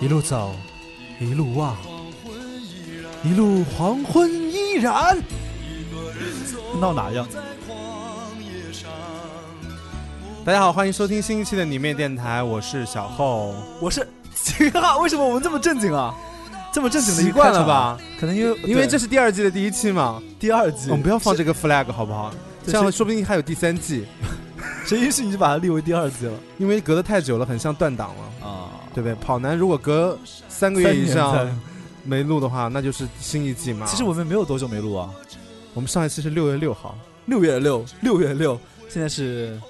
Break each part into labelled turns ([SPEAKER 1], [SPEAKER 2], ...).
[SPEAKER 1] 一路走，一路望，一路黄昏依然。闹哪样？
[SPEAKER 2] 大家好，欢迎收听新一期的你妹电台，我是小厚。
[SPEAKER 1] 我是， 啊，为什么我们这么正经啊？这么正经的一
[SPEAKER 2] 习
[SPEAKER 1] 个开
[SPEAKER 2] 惯
[SPEAKER 1] 场
[SPEAKER 2] 了？吧？
[SPEAKER 1] 可能因为
[SPEAKER 2] 因为
[SPEAKER 1] 对
[SPEAKER 2] 这是第二季的第一期嘛，
[SPEAKER 1] 第二季，
[SPEAKER 2] 我们不要放这个 flag 好不好？
[SPEAKER 1] 对
[SPEAKER 2] 这样
[SPEAKER 1] 谁
[SPEAKER 2] 说不定还有第三季，
[SPEAKER 1] 谁允许你就把它列为第二季了
[SPEAKER 2] 因为隔得太久了，很像断档了，
[SPEAKER 1] 啊？
[SPEAKER 2] 对不对？跑男如果隔三个
[SPEAKER 1] 三
[SPEAKER 2] 月
[SPEAKER 1] 年
[SPEAKER 2] 以上
[SPEAKER 1] 才
[SPEAKER 2] 没录的话，那就是新一季嘛。
[SPEAKER 1] 其实我们没有多久没录啊，
[SPEAKER 2] 我们上一期是六月六号，
[SPEAKER 1] 六月六，六月六，现在是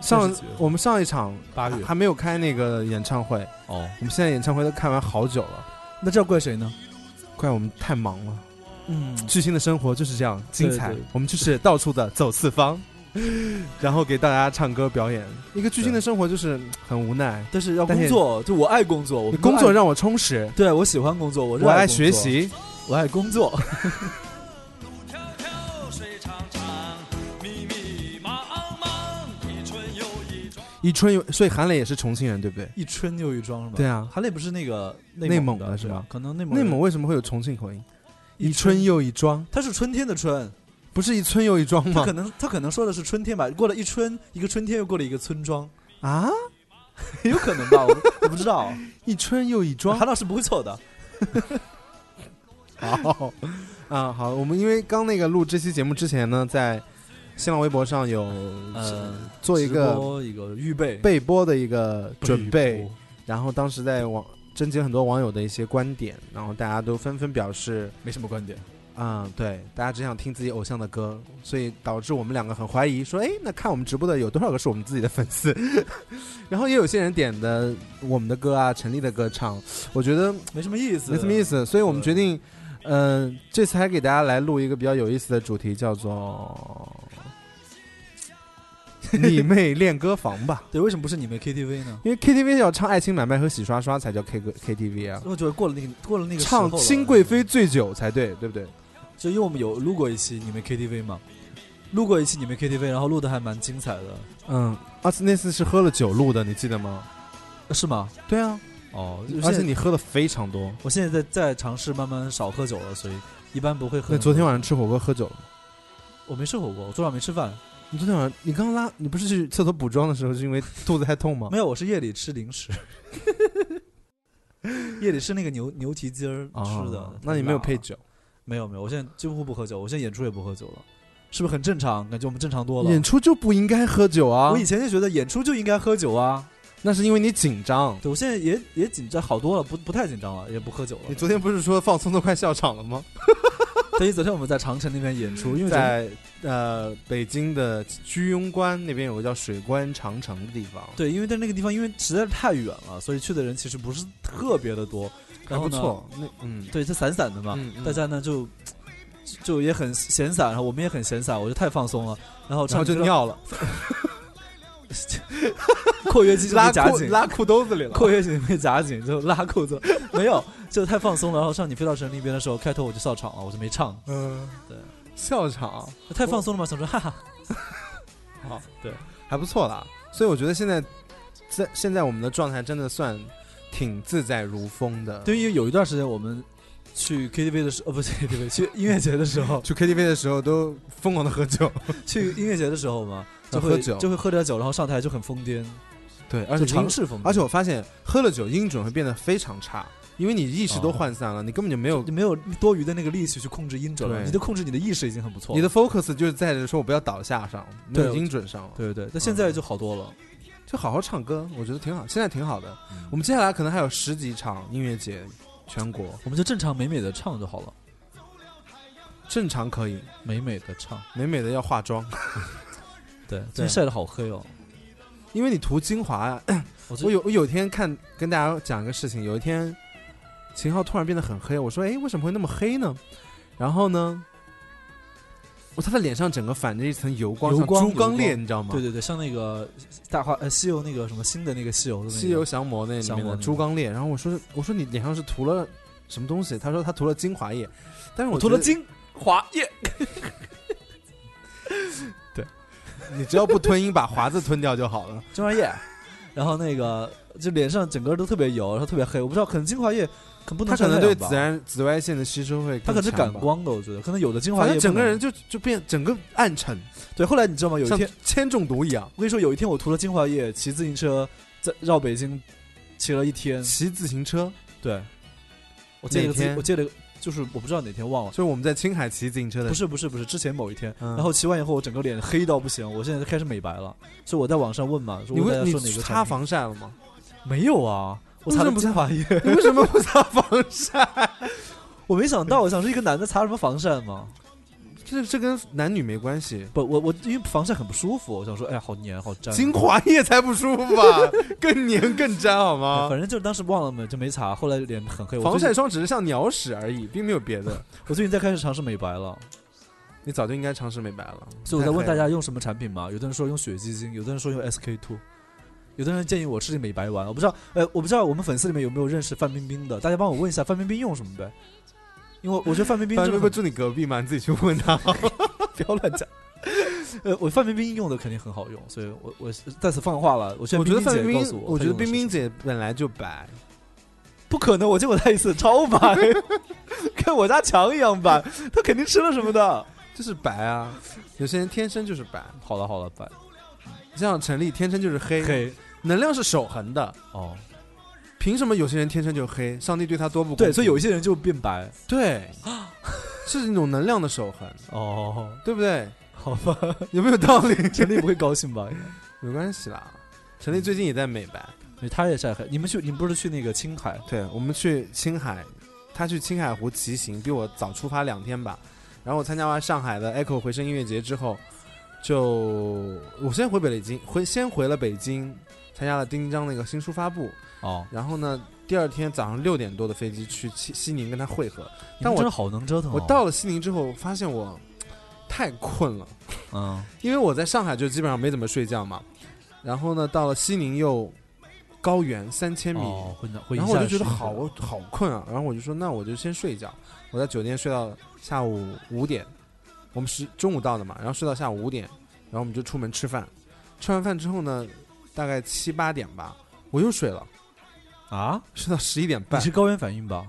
[SPEAKER 2] 上哦
[SPEAKER 1] 几月
[SPEAKER 2] 我们上一场
[SPEAKER 1] 八月
[SPEAKER 2] 还没有开那个演唱会，
[SPEAKER 1] 哦。
[SPEAKER 2] 我们现在演唱会都看完好久了，
[SPEAKER 1] 那这要怪谁呢？
[SPEAKER 2] 怪我们太忙了。
[SPEAKER 1] 嗯，
[SPEAKER 2] 巨星的生活就是这样精彩，
[SPEAKER 1] 对对
[SPEAKER 2] 我们 就是到处的走四方，然后给大家唱歌表演。一个巨星的生活就是嗯很无奈，
[SPEAKER 1] 但是要
[SPEAKER 2] 但
[SPEAKER 1] 工
[SPEAKER 2] 是
[SPEAKER 1] 作，就我爱工作，我
[SPEAKER 2] 你
[SPEAKER 1] 们
[SPEAKER 2] 工
[SPEAKER 1] 都
[SPEAKER 2] 作
[SPEAKER 1] 爱
[SPEAKER 2] 让我充实，
[SPEAKER 1] 对我喜欢工作，我热
[SPEAKER 2] 我爱
[SPEAKER 1] 工
[SPEAKER 2] 学
[SPEAKER 1] 作，
[SPEAKER 2] 习。
[SPEAKER 1] 我爱工作。
[SPEAKER 3] 迢迢水长长，密密茫茫，一春又一春。
[SPEAKER 2] 一春有，所以韩磊也是重庆人，对不对？
[SPEAKER 1] 一春又一庄是吧？
[SPEAKER 2] 对啊
[SPEAKER 1] 韩磊不是那个
[SPEAKER 2] 内
[SPEAKER 1] 蒙
[SPEAKER 2] 蒙的是
[SPEAKER 1] 对
[SPEAKER 2] 吧
[SPEAKER 1] 可能内蒙
[SPEAKER 2] 内
[SPEAKER 1] 人
[SPEAKER 2] 蒙为什么会有重庆口音？
[SPEAKER 1] 一
[SPEAKER 2] 一春，又一庄，
[SPEAKER 1] 他是春天的春，
[SPEAKER 2] 不是一村又一庄
[SPEAKER 1] 他
[SPEAKER 2] 吗
[SPEAKER 1] 可？能他可能说的是春天吧，过了一春，一个春天又过了一个村庄，
[SPEAKER 2] 啊，
[SPEAKER 1] 有可能吧？我不我不知道，
[SPEAKER 2] 一春又一庄。
[SPEAKER 1] 韩老师不会错的。
[SPEAKER 2] 好，啊好，我们因为刚那个录这期节目之前呢，在新浪微博上有
[SPEAKER 1] 呃，
[SPEAKER 2] 做一
[SPEAKER 1] 直
[SPEAKER 2] 个
[SPEAKER 1] 播一个预备
[SPEAKER 2] 备播的一个准备
[SPEAKER 1] 播，
[SPEAKER 2] 然后当时在网征集很多网友的一些观点，然后大家都纷纷表示，
[SPEAKER 1] 没什么观点，
[SPEAKER 2] 嗯，对，大家只想听自己偶像的歌，所以导致我们两个很怀疑，说，哎，那看我们直播的有多少个是我们自己的粉丝？ 然后也有些人点的我们的歌啊，陈粒的歌唱，我觉得
[SPEAKER 1] 没什么意思，
[SPEAKER 2] 没什么意
[SPEAKER 1] 思。
[SPEAKER 2] 思，所以我们
[SPEAKER 1] 对
[SPEAKER 2] 决定，嗯、这次还给大家来录一个比较有意思的主题，叫做你妹练歌房吧。
[SPEAKER 1] 对，为什么不是你们 KTV 呢？
[SPEAKER 2] 因为 KTV 要唱《爱情买卖》和《洗刷刷》才叫 K 歌 KTV 啊，
[SPEAKER 1] 我觉得过了那个过了那个时
[SPEAKER 2] 唱
[SPEAKER 1] 候了
[SPEAKER 2] 《新贵，妃醉酒》才对，对不对？
[SPEAKER 1] 就因为我们有录过一期你们 KTV 嘛，录过一期你们 KTV，然后录的还蛮精彩的，
[SPEAKER 2] 嗯，而且那次是喝了酒录的，你记得吗？
[SPEAKER 1] 呃是吗？
[SPEAKER 2] 对啊，
[SPEAKER 1] 哦，
[SPEAKER 2] 而且
[SPEAKER 1] 现在
[SPEAKER 2] 你喝的非常多。
[SPEAKER 1] 我现在在在尝试慢慢少喝酒了，所以一般不会喝。
[SPEAKER 2] 那昨天晚上吃火锅喝酒了吗？
[SPEAKER 1] 我没吃火锅，我昨晚没吃饭，
[SPEAKER 2] 你昨天晚上你刚拉，你不是去厕所补妆的时候是因为肚子太痛吗？
[SPEAKER 1] 没有，我是夜里吃零 食，夜里吃那个牛牛蹄筋儿吃的。
[SPEAKER 2] 哦那你没有配？酒？
[SPEAKER 1] 没有没有，我现在几乎不喝酒，我现在演出也不喝酒了，是不是很正常？感觉我们正常多了。
[SPEAKER 2] 演出就不应该喝酒啊
[SPEAKER 1] 我！以前就觉得演出就应该喝酒啊，
[SPEAKER 2] 那是因为你紧张。
[SPEAKER 1] 对我现在也也紧张好多了，不不太紧张了，也不喝酒了。
[SPEAKER 2] 你昨天不是说放松都快笑场了吗？
[SPEAKER 1] 所以昨天我们在长城那边演出，因为昨天
[SPEAKER 2] 在呃北京的居庸关那边有个叫水关长城的地方，
[SPEAKER 1] 对，因为在那个地方，因为实在是太远了，所以去的人其实不是特别的多，
[SPEAKER 2] 还
[SPEAKER 1] 然后
[SPEAKER 2] 不
[SPEAKER 1] 呢
[SPEAKER 2] 错。那嗯，
[SPEAKER 1] 对，就散散的嘛，
[SPEAKER 2] 嗯嗯
[SPEAKER 1] 大家呢就就也很闲散，然后我们也很闲散，我就太放松了，然后
[SPEAKER 2] 然
[SPEAKER 1] 唱
[SPEAKER 2] 后就
[SPEAKER 1] 歌，
[SPEAKER 2] 尿了，
[SPEAKER 1] 括约肌就
[SPEAKER 2] 拉
[SPEAKER 1] 被夹
[SPEAKER 2] 裤
[SPEAKER 1] 紧，
[SPEAKER 2] 拉裤兜子里了。
[SPEAKER 1] 括约肌被夹紧，就拉裤子，没有，就太放松了。然后上你飞到城那边的时候，开头我就笑场了，我就没唱，
[SPEAKER 2] 嗯，
[SPEAKER 1] 对，
[SPEAKER 2] 笑场
[SPEAKER 1] 太放松了嘛，想说哈哈，
[SPEAKER 2] 还不错啦。所以我觉得现在在现在我们的状态真的算挺自在如风的。，
[SPEAKER 1] 对，因为有一段时间我们去 KTV 的时候，哦，不是 KTV，去 音乐节的时候，
[SPEAKER 2] 去 KTV 的时候都疯狂的喝酒，
[SPEAKER 1] 去音乐节的时候嘛，就
[SPEAKER 2] 喝
[SPEAKER 1] 会
[SPEAKER 2] 酒
[SPEAKER 1] 就会喝点酒，然后上台就很疯癫，
[SPEAKER 2] 对，而
[SPEAKER 1] 就
[SPEAKER 2] 且
[SPEAKER 1] 尝
[SPEAKER 2] 尝
[SPEAKER 1] 试疯癫，
[SPEAKER 2] 而且我发现喝了酒音准会变得非常差，因为你意识都
[SPEAKER 1] 哦
[SPEAKER 2] 涣散了，你根本就没有
[SPEAKER 1] 你没有多余的那个力气去控制音准了，
[SPEAKER 2] 对
[SPEAKER 1] 你的控制你的意识已经很不错了。
[SPEAKER 2] 你的 focus 就是在着说我不要倒下上，没有
[SPEAKER 1] 对
[SPEAKER 2] 音准上了，
[SPEAKER 1] 对对对，但现在就好多了。
[SPEAKER 2] 就好好唱歌，我觉得挺好，现在挺好的。我们接下来可能还有十几场音乐节，全国
[SPEAKER 1] 我们就正常美美的唱就好了，
[SPEAKER 2] 正常可以，
[SPEAKER 1] 美美的唱。
[SPEAKER 2] 美美的要化妆，
[SPEAKER 1] 对，最近晒的好黑哦。
[SPEAKER 2] 因为你涂精 华呀。
[SPEAKER 1] 我最
[SPEAKER 2] 我有我有一天看跟大家讲一个事情，有一天秦昊突然变得很黑，我说哎为什么会那么黑呢？然后呢，我他的脸上整个反着一层油光，
[SPEAKER 1] 油
[SPEAKER 2] 像
[SPEAKER 1] 光
[SPEAKER 2] 猪刚
[SPEAKER 1] 油
[SPEAKER 2] 鬣，
[SPEAKER 1] 光
[SPEAKER 2] 你知道吗？
[SPEAKER 1] 对对对，像那个大话呃西游那个什么新的那个西游的那个
[SPEAKER 2] 西游降魔那里
[SPEAKER 1] 降
[SPEAKER 2] 面
[SPEAKER 1] 魔
[SPEAKER 2] 的
[SPEAKER 1] 那个
[SPEAKER 2] 猪刚鬣。然后我说我说你脸上是涂了什么东西？他说他涂了精华液，但是我
[SPEAKER 1] 涂了
[SPEAKER 2] 觉得，
[SPEAKER 1] 精华液，
[SPEAKER 2] 你只要不吞音把华字吞掉就好了。
[SPEAKER 1] 精华液，然后那个就脸上整个都特别油，然后特别黑。我不知道，可能精华液可能 不能
[SPEAKER 2] 他可
[SPEAKER 1] 晒
[SPEAKER 2] 能
[SPEAKER 1] 太阳吧
[SPEAKER 2] 对紫外紫外线的吸收会
[SPEAKER 1] 他可
[SPEAKER 2] 更强吧，
[SPEAKER 1] 能是感光的，我觉得可能有的精华
[SPEAKER 2] 反
[SPEAKER 1] 液
[SPEAKER 2] 正整
[SPEAKER 1] 不能
[SPEAKER 2] 个人就就变整个暗沉，
[SPEAKER 1] 对。后来你知道吗？有一
[SPEAKER 2] 像
[SPEAKER 1] 天
[SPEAKER 2] 铅中毒一样。
[SPEAKER 1] 我跟你说，有一天我涂了精华液，骑自行车在绕北京骑了一天。
[SPEAKER 2] 骑自行车，
[SPEAKER 1] 对，我借了个自
[SPEAKER 2] 哪天
[SPEAKER 1] 我借了个，就是我不知道哪天忘了
[SPEAKER 2] 就。是我们在青海骑自行车的
[SPEAKER 1] 不，是不是不是，之前某一天，
[SPEAKER 2] 嗯
[SPEAKER 1] 然后骑完以后，我整个脸黑到不行，我现在开始美白了。所以我在网上问嘛，说
[SPEAKER 2] 你
[SPEAKER 1] 我
[SPEAKER 2] 为
[SPEAKER 1] 在
[SPEAKER 2] 你
[SPEAKER 1] 说哪个
[SPEAKER 2] 擦
[SPEAKER 1] 产品
[SPEAKER 2] 防晒了吗？
[SPEAKER 1] 没有啊？我
[SPEAKER 2] 为
[SPEAKER 1] 擦
[SPEAKER 2] 什
[SPEAKER 1] 的
[SPEAKER 2] 么不
[SPEAKER 1] 精华液，
[SPEAKER 2] 你为什么不擦防晒？
[SPEAKER 1] 我没想到，我想说一个男的擦什么防晒嘛？
[SPEAKER 2] 这这跟男女没关系，
[SPEAKER 1] 不，我我因为防晒很不舒服，我想说，哎呀，好黏，好粘。
[SPEAKER 2] 精华液才不舒服吧， 更黏更粘 好
[SPEAKER 1] 哎
[SPEAKER 2] 吗？
[SPEAKER 1] 反正就是当时忘了嘛，就没擦。后来脸很黑。我
[SPEAKER 2] 防
[SPEAKER 1] 最近
[SPEAKER 2] 晒霜只是像鸟屎而已，并没有别的。
[SPEAKER 1] 我最近在开始尝试美白了，
[SPEAKER 2] 你早就应该尝试美白了。
[SPEAKER 1] 所以我在问
[SPEAKER 2] 太黑
[SPEAKER 1] 大
[SPEAKER 2] 了
[SPEAKER 1] 家用什么产品嘛？有的人说用血肌精，有的人说用 SK two，有的人建议我吃美白丸。我不知道，呃，我不知道我们粉丝里面有没有认识范冰冰的，大家帮我问一下范冰冰用什么呗？因为我觉得范冰冰
[SPEAKER 2] 反
[SPEAKER 1] 真的
[SPEAKER 2] 正不
[SPEAKER 1] 很
[SPEAKER 2] 住你隔壁嘛，你自己去 问他。
[SPEAKER 1] 不要乱讲。 呃，我范冰冰用的肯定很好用，所以我我在此放话了。我劝
[SPEAKER 2] 我觉得
[SPEAKER 1] 冰
[SPEAKER 2] 范
[SPEAKER 1] 姐
[SPEAKER 2] 冰
[SPEAKER 1] 告诉
[SPEAKER 2] 冰，
[SPEAKER 1] 我，
[SPEAKER 2] 我
[SPEAKER 1] 她
[SPEAKER 2] 觉得
[SPEAKER 1] 用的
[SPEAKER 2] 冰
[SPEAKER 1] 是
[SPEAKER 2] 冰姐本来就白，
[SPEAKER 1] 不可能，我见过她一次超白， 跟我家墙一样白，她肯定吃了什么的。
[SPEAKER 2] 就是白啊。有些人天生就是白，
[SPEAKER 1] 好了好了，白
[SPEAKER 2] 像陈丽天生就是黑，
[SPEAKER 1] 黑
[SPEAKER 2] 能量是守恒的。
[SPEAKER 1] 哦，
[SPEAKER 2] 凭什么有些人天生就黑？上帝对他多不公平
[SPEAKER 1] 对，所以有一啊些人就变白
[SPEAKER 2] 对，是一种能量的守恒，
[SPEAKER 1] 哦，
[SPEAKER 2] 对 不对？
[SPEAKER 1] 好吧，
[SPEAKER 2] 有没有道理？
[SPEAKER 1] 陈丽不会高兴吧？
[SPEAKER 2] 没关系啦。陈丽最近也在美白，
[SPEAKER 1] 对， 他也晒黑。你们去，你们不是去那个青海？
[SPEAKER 2] 对我们去青海，他去青海湖骑行，比我早出发两天吧。然后我参加完上海的 Echo 回声音乐节之后，就我先回北京，回先回了北京，参加了丁张那个新书发布。
[SPEAKER 1] 哦，
[SPEAKER 2] 然后呢，第二天早上六点多的飞机去西西宁跟他会合。
[SPEAKER 1] 你们
[SPEAKER 2] 但我
[SPEAKER 1] 真的好能折腾、哦。
[SPEAKER 2] 我到了西宁之后，发现我太困了，
[SPEAKER 1] 嗯，
[SPEAKER 2] 因为我在上海就基本上没怎么睡觉嘛。然后呢，到了西宁又高原三千米，
[SPEAKER 1] 哦，会会一
[SPEAKER 2] 然后我
[SPEAKER 1] 下
[SPEAKER 2] 就觉得
[SPEAKER 1] 睡
[SPEAKER 2] 好
[SPEAKER 1] 着
[SPEAKER 2] 好困啊。然后我就说，那我就先睡一觉。我在酒店睡到下午五点，我们是中午到的嘛，然后睡到下午五点，然后我们就出门吃饭。吃完饭之后呢，大概七八点吧，我又睡了，
[SPEAKER 1] 啊！
[SPEAKER 2] 睡到十一点
[SPEAKER 1] 你
[SPEAKER 2] 半。
[SPEAKER 1] 是高原反应吧？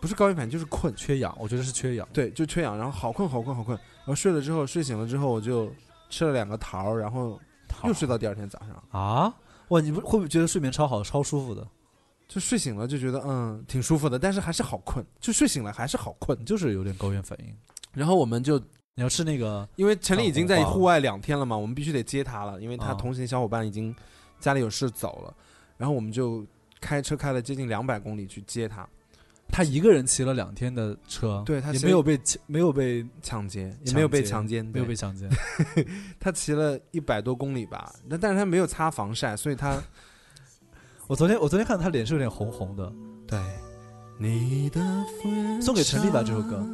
[SPEAKER 2] 不是高原反应就是困，
[SPEAKER 1] 缺氧，我觉得是缺氧。
[SPEAKER 2] 对，就缺氧，然后好困好困好困，然后睡了之后睡醒了之后，我就吃了两个桃儿，然后 又睡到第二天早上，
[SPEAKER 1] 啊！哇，你不会不会觉得睡眠超好、超舒服的？
[SPEAKER 2] 就睡醒了就觉得嗯挺舒服的，但是还是好困，就睡醒了还是好困
[SPEAKER 1] 你。就是有点高原反应。
[SPEAKER 2] 然后我们就
[SPEAKER 1] 你要吃那个
[SPEAKER 2] 因为陈丽已经在
[SPEAKER 1] 上火化
[SPEAKER 2] 户外两天了嘛，我们必须得接她了，因为她
[SPEAKER 1] 啊
[SPEAKER 2] 同行小伙伴已经家里有事走了，然后我们就开车开了接近两百公里去接她，
[SPEAKER 1] 他一个人骑了两天的车，
[SPEAKER 2] 对他
[SPEAKER 1] 也
[SPEAKER 2] 骑
[SPEAKER 1] 没有被抢没有被
[SPEAKER 2] 抢劫也没有被强奸，
[SPEAKER 1] 没有
[SPEAKER 2] 对
[SPEAKER 1] 被强奸。
[SPEAKER 2] 她骑了一百多公里吧，那但是她没有擦防晒，所以她
[SPEAKER 1] 我昨天我昨天看他脸是有点红红的，
[SPEAKER 2] 对，你的分
[SPEAKER 1] 送给陈粒吧这首歌。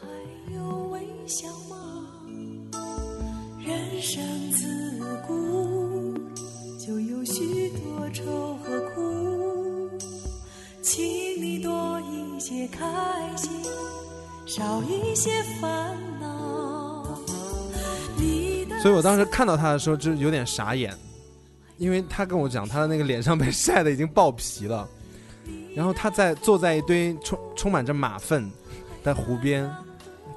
[SPEAKER 4] 还有微笑吗？人生自古就有许多愁和苦，请你多一些开心，少一些烦恼。你的
[SPEAKER 2] 所以我当时看到他的时候，就是有点傻眼，因为他跟我讲，他的那个脸上被晒的已经爆皮了，然后他在坐在一堆充充满着马粪的湖边，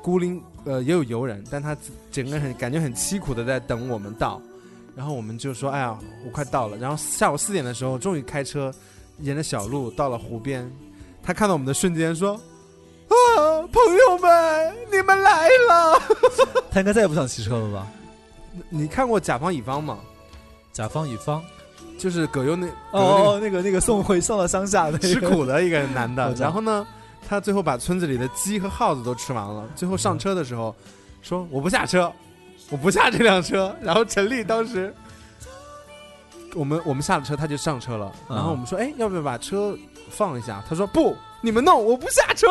[SPEAKER 2] 孤零呃也有游人，但他整个人很感觉很凄苦的在等我们到，然后我们就说，哎呀，我快到了。然后下午四点的时候，终于开车沿着小路到了湖边，他看到我们的瞬间说。啊，朋友们，你们来了！
[SPEAKER 1] 他应该再也不想骑车了吧？
[SPEAKER 2] 你看过《甲方乙方》吗？
[SPEAKER 1] 甲方乙方，
[SPEAKER 2] 就是葛优那葛
[SPEAKER 1] 哦
[SPEAKER 2] 优
[SPEAKER 1] 哦，那个那个送回送到乡下那
[SPEAKER 2] 那
[SPEAKER 1] 个
[SPEAKER 2] 个吃苦的一个男 的
[SPEAKER 1] 我，知道
[SPEAKER 2] 然后呢，他最后把村子里的鸡和耗子都吃完了，最后上车的时候说我不下车，我不下这辆车。然后陈丽当时，我们我们下了车，他就上车了，
[SPEAKER 1] 嗯
[SPEAKER 2] 然后我们说哎，要不要把车放一下？他说不，你们弄，我不下车，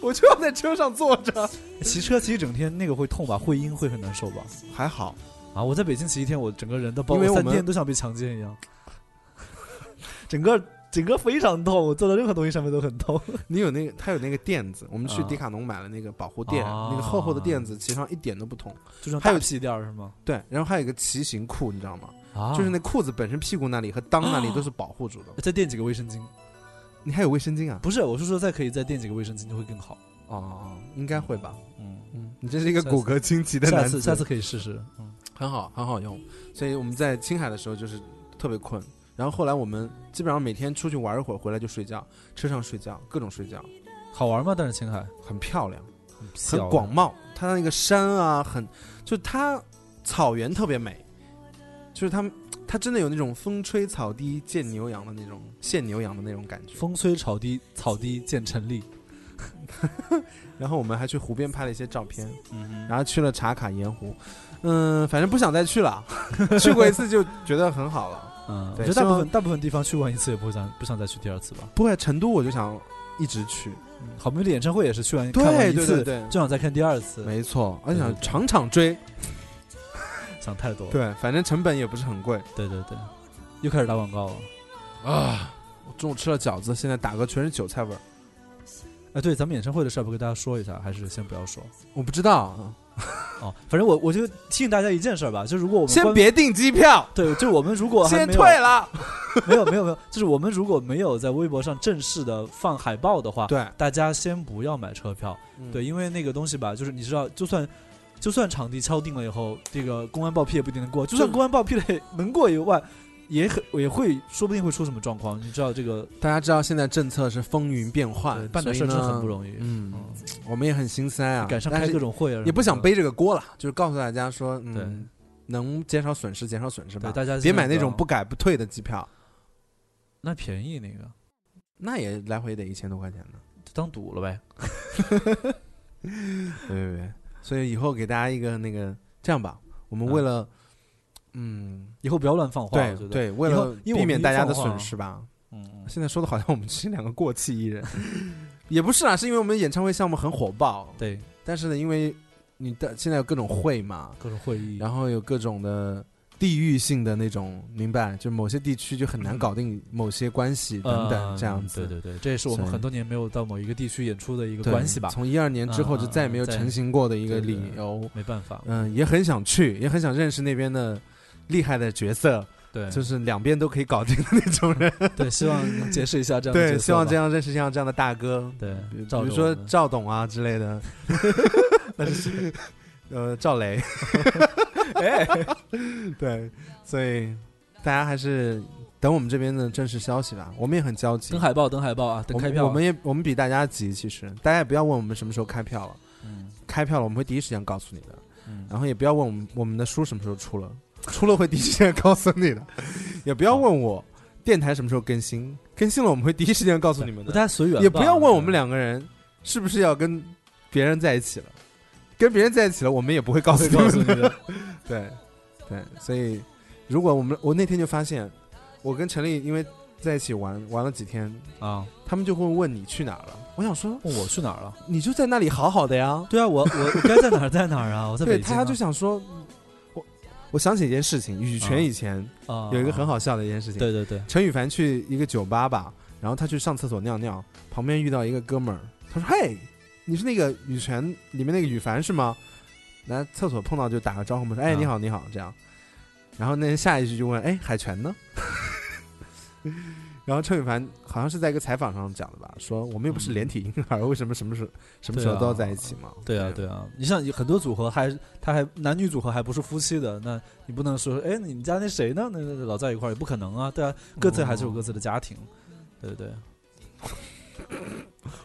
[SPEAKER 2] 我就要在车上坐着。
[SPEAKER 1] 骑车骑一整天，那个会痛吧？会阴会很难受吧？
[SPEAKER 2] 还好，
[SPEAKER 1] 啊！我在北京骑一天，我整个人都包
[SPEAKER 2] 因为
[SPEAKER 1] 括
[SPEAKER 2] 我
[SPEAKER 1] 三
[SPEAKER 2] 们
[SPEAKER 1] 天都像被强奸一样， 整个整个非常痛，我坐到任何东西上面都很痛。
[SPEAKER 2] 你有那个他有那个垫子，我们去
[SPEAKER 1] 啊
[SPEAKER 2] 迪卡侬买了那个保护垫，
[SPEAKER 1] 啊
[SPEAKER 2] 那个厚厚的垫子，骑上一点都不痛。
[SPEAKER 1] 就像
[SPEAKER 2] 还有
[SPEAKER 1] 大屁垫儿是吗？
[SPEAKER 2] 对，然后还有一个骑行裤，你知道吗？
[SPEAKER 1] 啊
[SPEAKER 2] 就是那裤子本身屁股那里和裆那里都是保护住的。
[SPEAKER 1] 再垫几个卫生巾，
[SPEAKER 2] 你还有卫生巾啊？
[SPEAKER 1] 不是，我是说再可以再垫几个卫生巾就会更好。
[SPEAKER 2] 哦，应该会吧。
[SPEAKER 1] 嗯，
[SPEAKER 2] 嗯，你这是一个骨骼惊奇的
[SPEAKER 1] 下
[SPEAKER 2] 男
[SPEAKER 1] 次
[SPEAKER 2] 子，
[SPEAKER 1] 下次可以试试。嗯，
[SPEAKER 2] 很好，很好用。所以我们在青海的时候就是特别困，然后后来我们基本上每天出去玩一会儿，回来就睡觉，车上睡觉，各种睡觉，
[SPEAKER 1] 好玩吗？但是青海
[SPEAKER 2] 很漂亮，
[SPEAKER 1] 很
[SPEAKER 2] 很
[SPEAKER 1] 小
[SPEAKER 2] 广袤。它那个山啊，很就它草原特别美，就是它它真的有那种风吹草低见牛羊的那种现牛羊的那种感觉。
[SPEAKER 1] 风吹草低，草低见陈立。
[SPEAKER 2] 然后我们还去湖边拍了一些照片，
[SPEAKER 1] 嗯
[SPEAKER 2] 然后去了茶卡盐湖，嗯，反正不想再去了， 去过一次就觉得很好了。
[SPEAKER 1] 嗯，我
[SPEAKER 2] 对
[SPEAKER 1] 觉得大部
[SPEAKER 2] 希
[SPEAKER 1] 分大部分地方去完一次也不会想不想再去第二次吧。
[SPEAKER 2] 不会，成都我就想一直去，
[SPEAKER 1] 好妹的演唱会也是去完
[SPEAKER 2] 对
[SPEAKER 1] 看完一
[SPEAKER 2] 对
[SPEAKER 1] 次，
[SPEAKER 2] 对对
[SPEAKER 1] 就想再看第二次，
[SPEAKER 2] 没错，而
[SPEAKER 1] 对对
[SPEAKER 2] 且想
[SPEAKER 1] 对
[SPEAKER 2] 场场追，
[SPEAKER 1] 想太多了。
[SPEAKER 2] 对，反正成本也不是很贵
[SPEAKER 1] 对对对，又开始打广告了。
[SPEAKER 2] 啊。我中午吃了饺子，现在打嗝全是韭菜味儿，
[SPEAKER 1] 哎，对，咱们演唱会的事儿不跟大家说一下，还是先不要说
[SPEAKER 2] 我不知道，
[SPEAKER 1] 哦。反正我我就提醒大家一件事儿吧，就如果我们
[SPEAKER 2] 先
[SPEAKER 1] 官
[SPEAKER 2] 别订机票，
[SPEAKER 1] 对，就我们如果还
[SPEAKER 2] 先
[SPEAKER 1] 没有啊
[SPEAKER 2] 退了。
[SPEAKER 1] 没有没有没有，就是我们如果没有在微博上正式的放海报的话，
[SPEAKER 2] 对
[SPEAKER 1] 大家先不要买车票，
[SPEAKER 2] 嗯
[SPEAKER 1] 对，，因为那个东西吧，就是你知道，就算就算场地敲定了以后，这个公安报批也不一定能过，就算
[SPEAKER 2] 就
[SPEAKER 1] 公安报批了也 能过以外，也很也会说不定会出什么状况，你知道这个
[SPEAKER 2] 大家知道现在政策是风云变幻
[SPEAKER 1] 对，办点事
[SPEAKER 2] 所
[SPEAKER 1] 儿
[SPEAKER 2] 以
[SPEAKER 1] 真
[SPEAKER 2] 呢
[SPEAKER 1] 的很不容易。
[SPEAKER 2] 嗯，
[SPEAKER 1] 嗯，
[SPEAKER 2] 我们也很心塞啊，
[SPEAKER 1] 赶上
[SPEAKER 2] 但
[SPEAKER 1] 开
[SPEAKER 2] 是
[SPEAKER 1] 各种会啊，
[SPEAKER 2] 也不想。背这个锅了，就是告诉大家说，嗯，能减少损失，减少损失吧
[SPEAKER 1] 对，。大家
[SPEAKER 2] 别
[SPEAKER 1] 现在
[SPEAKER 2] 买那种
[SPEAKER 1] 要
[SPEAKER 2] 不改不退的机票，
[SPEAKER 1] 那便宜那个，
[SPEAKER 2] 那也来回得一千多块钱呢。
[SPEAKER 1] 就当赌了呗。
[SPEAKER 2] 对对对，所以以后给大家一个那个这样吧，我们为了，嗯，
[SPEAKER 1] 以后不要乱放话，我
[SPEAKER 2] 对
[SPEAKER 1] 觉得。
[SPEAKER 2] 对，为
[SPEAKER 1] 以后
[SPEAKER 2] 了
[SPEAKER 1] 因为我
[SPEAKER 2] 避
[SPEAKER 1] 们
[SPEAKER 2] 免
[SPEAKER 1] 一
[SPEAKER 2] 大家
[SPEAKER 1] 放
[SPEAKER 2] 的
[SPEAKER 1] 话啊
[SPEAKER 2] 损失吧。
[SPEAKER 1] 嗯嗯。
[SPEAKER 2] 现在说的好像我们是两个过气艺人， 也不是啊，是因为我们演唱会项目很火爆，
[SPEAKER 1] 对，
[SPEAKER 2] 但是呢，因为你的现在有各种会嘛，
[SPEAKER 1] 各种会议，
[SPEAKER 2] 然后有各种的地域性的那种，明白？就某些地区就很难搞定某些关系等等
[SPEAKER 1] 嗯
[SPEAKER 2] 这样子。
[SPEAKER 1] 对对对，这也是我们
[SPEAKER 2] 所以
[SPEAKER 1] 很多年没有到某一个地区演出的一个
[SPEAKER 2] 对
[SPEAKER 1] 关系吧，
[SPEAKER 2] 从一二年之后
[SPEAKER 1] 嗯
[SPEAKER 2] 就再也没有
[SPEAKER 1] 嗯嗯
[SPEAKER 2] 成型过的一个
[SPEAKER 1] 对对
[SPEAKER 2] 理由。
[SPEAKER 1] 没办法，
[SPEAKER 2] 嗯，也很想去，也很想认识那边的厉害的角色，
[SPEAKER 1] 对，
[SPEAKER 2] 就是两边都可以搞定的那 种人。
[SPEAKER 1] 对，希望能解释一下这样的角
[SPEAKER 2] 对，
[SPEAKER 1] 色
[SPEAKER 2] 希望
[SPEAKER 1] 吧
[SPEAKER 2] 这，样认识像这样的大哥，
[SPEAKER 1] 对
[SPEAKER 2] 比，比
[SPEAKER 1] 照
[SPEAKER 2] 如
[SPEAKER 1] 着
[SPEAKER 2] 说
[SPEAKER 1] 我们
[SPEAKER 2] 赵董啊之 类的。 那是呃，赵 雷。
[SPEAKER 1] 哎
[SPEAKER 2] 对，所以大家还是等我们这边的正式消息吧，我们也很焦急
[SPEAKER 1] 等。海报，等海报啊，等
[SPEAKER 2] 我
[SPEAKER 1] 开
[SPEAKER 2] 们
[SPEAKER 1] 票啊，
[SPEAKER 2] 我们也我们比大家急，其实大家也不要问我们什么时候开票了，
[SPEAKER 1] 嗯
[SPEAKER 2] 开票了我们会第一时间告诉你的。
[SPEAKER 1] 嗯
[SPEAKER 2] 然后也不要问我们我们的书什么时候出了，出了会第一时间告诉你的， 也不要问我电台什么时候更新，更新了我们会第一时间告诉你们
[SPEAKER 1] 大
[SPEAKER 2] 的，
[SPEAKER 1] 家随缘吧，
[SPEAKER 2] 也不要问我 们
[SPEAKER 1] 俩
[SPEAKER 2] 两个人是不是要跟别人在一起了，跟别人在一起了我们也不会告诉
[SPEAKER 1] 会
[SPEAKER 2] 你
[SPEAKER 1] 告诉
[SPEAKER 2] 们
[SPEAKER 1] 你
[SPEAKER 2] 的，
[SPEAKER 1] 的，
[SPEAKER 2] 对对，所以如果我们我那天就发现，我跟陈丽因为在一起玩玩了几天，
[SPEAKER 1] 啊，
[SPEAKER 2] 他们就会问你去哪儿了，我想说
[SPEAKER 1] 问我去哪儿了？
[SPEAKER 2] 你就在那里好好的呀，
[SPEAKER 1] 对啊，我我我该在哪儿在哪儿啊？我在
[SPEAKER 2] 对
[SPEAKER 1] 北京
[SPEAKER 2] 他
[SPEAKER 1] 啊，
[SPEAKER 2] 就想说，我我想起一件事情，羽泉以前
[SPEAKER 1] 啊
[SPEAKER 2] 有一个很
[SPEAKER 1] 好，
[SPEAKER 2] 好笑的一件事情，
[SPEAKER 1] 对对对，
[SPEAKER 2] 陈羽凡去一个酒吧吧，然后他去上厕所尿尿，旁边遇到一个哥们儿，他说：“嘿，你是那个羽泉里面那个羽凡是吗？”来厕所碰到就打个招呼嘛，说：“哎，
[SPEAKER 1] 嗯
[SPEAKER 2] 你好，你好。”这样，然后那人下一句就问：“哎，海泉呢？” 然后陈羽凡好像是在一个采访上讲的吧，说我们又不是连体婴儿，为什么什么时候什么时候
[SPEAKER 1] 嗯对啊
[SPEAKER 2] 都要在一起嘛？
[SPEAKER 1] 对啊，对啊，你像有很多组合还他还男女组合还不是夫妻的，那你不能说，哎，你们家那谁呢？那那那老在一块儿也不可能啊，对啊，各自还是有各自的家庭，对对 对，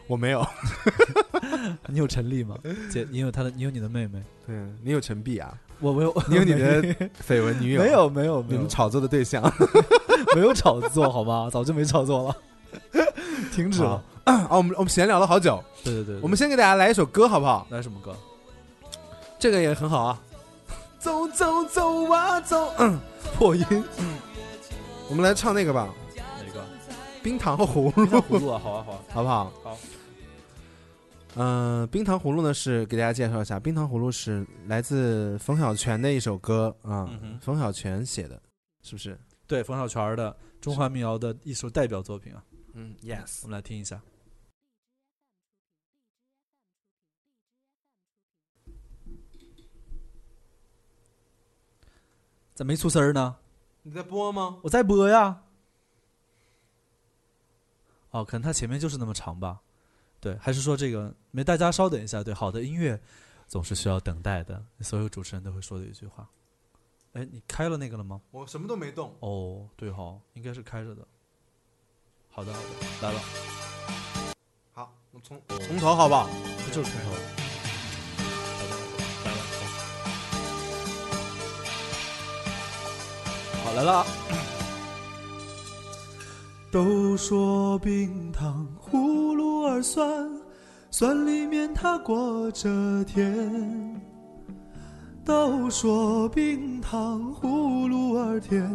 [SPEAKER 2] 我没有，
[SPEAKER 1] 你有陈丽吗？姐，你有她的，你有你的妹妹，
[SPEAKER 2] 对你有陈碧啊，
[SPEAKER 1] 我没有，
[SPEAKER 2] 你有你
[SPEAKER 1] 没
[SPEAKER 2] 的绯闻女友，
[SPEAKER 1] 没有没有没
[SPEAKER 2] 你
[SPEAKER 1] 有
[SPEAKER 2] 们炒作的对象。
[SPEAKER 1] 没有炒作好吗？早就没炒作了， 停止了
[SPEAKER 2] 好。啊，我们我们闲聊了好久，
[SPEAKER 1] 对对对对
[SPEAKER 2] 我们先给大家来一首歌好不好？
[SPEAKER 1] 来什么歌？
[SPEAKER 2] 这个也很好啊。走走走啊走，嗯破音。嗯我们来唱那个吧，
[SPEAKER 1] 哪 个？
[SPEAKER 2] 《冰糖葫芦
[SPEAKER 1] 冰》糖葫芦啊，好啊好啊。
[SPEAKER 2] 好不好？
[SPEAKER 1] 好。
[SPEAKER 2] 嗯、冰糖葫芦呢是给大家介绍一下，冰糖葫芦是来自冯小泉的一首歌啊、
[SPEAKER 1] 嗯哼
[SPEAKER 2] 冯小泉写的，是不是？
[SPEAKER 1] 对，冯小泉儿的《中华民谣》的一首代表作品啊，
[SPEAKER 2] 嗯，yes
[SPEAKER 1] 我。们来听一下。咋没出声儿呢？
[SPEAKER 2] 你在播吗？
[SPEAKER 1] 我在播呀。哦，可能它前面就是那么长吧。对，还是说这个没？大家稍等一下。对，好的音乐总是需要等待的，所有主持人都会说的一句话。哎，你开了那个了吗？
[SPEAKER 2] 我什么都没动。
[SPEAKER 1] 哦，对哈、应该是开着的。好的，好的，来了，
[SPEAKER 2] 好，我从从头好不好？
[SPEAKER 1] 这就是开头。好的，来了，好，好来了啊。 都说冰糖葫芦儿酸，酸里面它裹着甜。都说冰糖葫芦儿甜，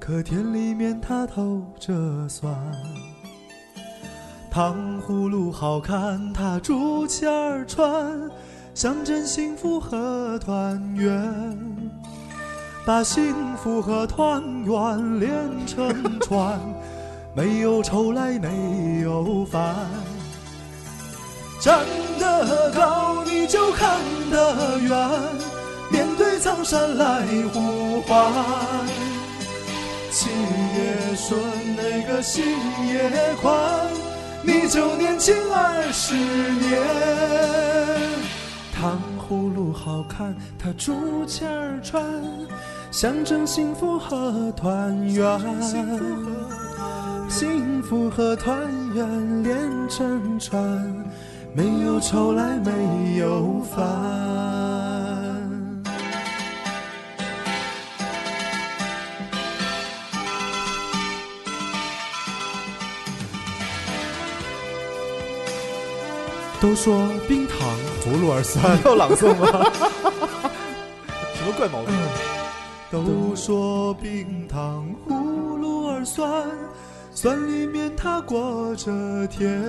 [SPEAKER 1] 可甜里面它透着酸。糖葫芦好看，它竹签儿穿，象征幸福和团圆。把幸福和团圆连成串，没有愁来没有烦。站得高，你就看得远，面对苍山来呼唤。情也顺，那个心也宽，你就年轻二十年。糖葫芦好看，它竹签儿穿，象征幸福和团圆。幸福和团圆连成串，没有愁来没有 烦。都说冰糖葫芦儿酸，要朗诵吗？什么怪毛病？ 都说冰糖葫芦儿酸，酸里面它裹着甜。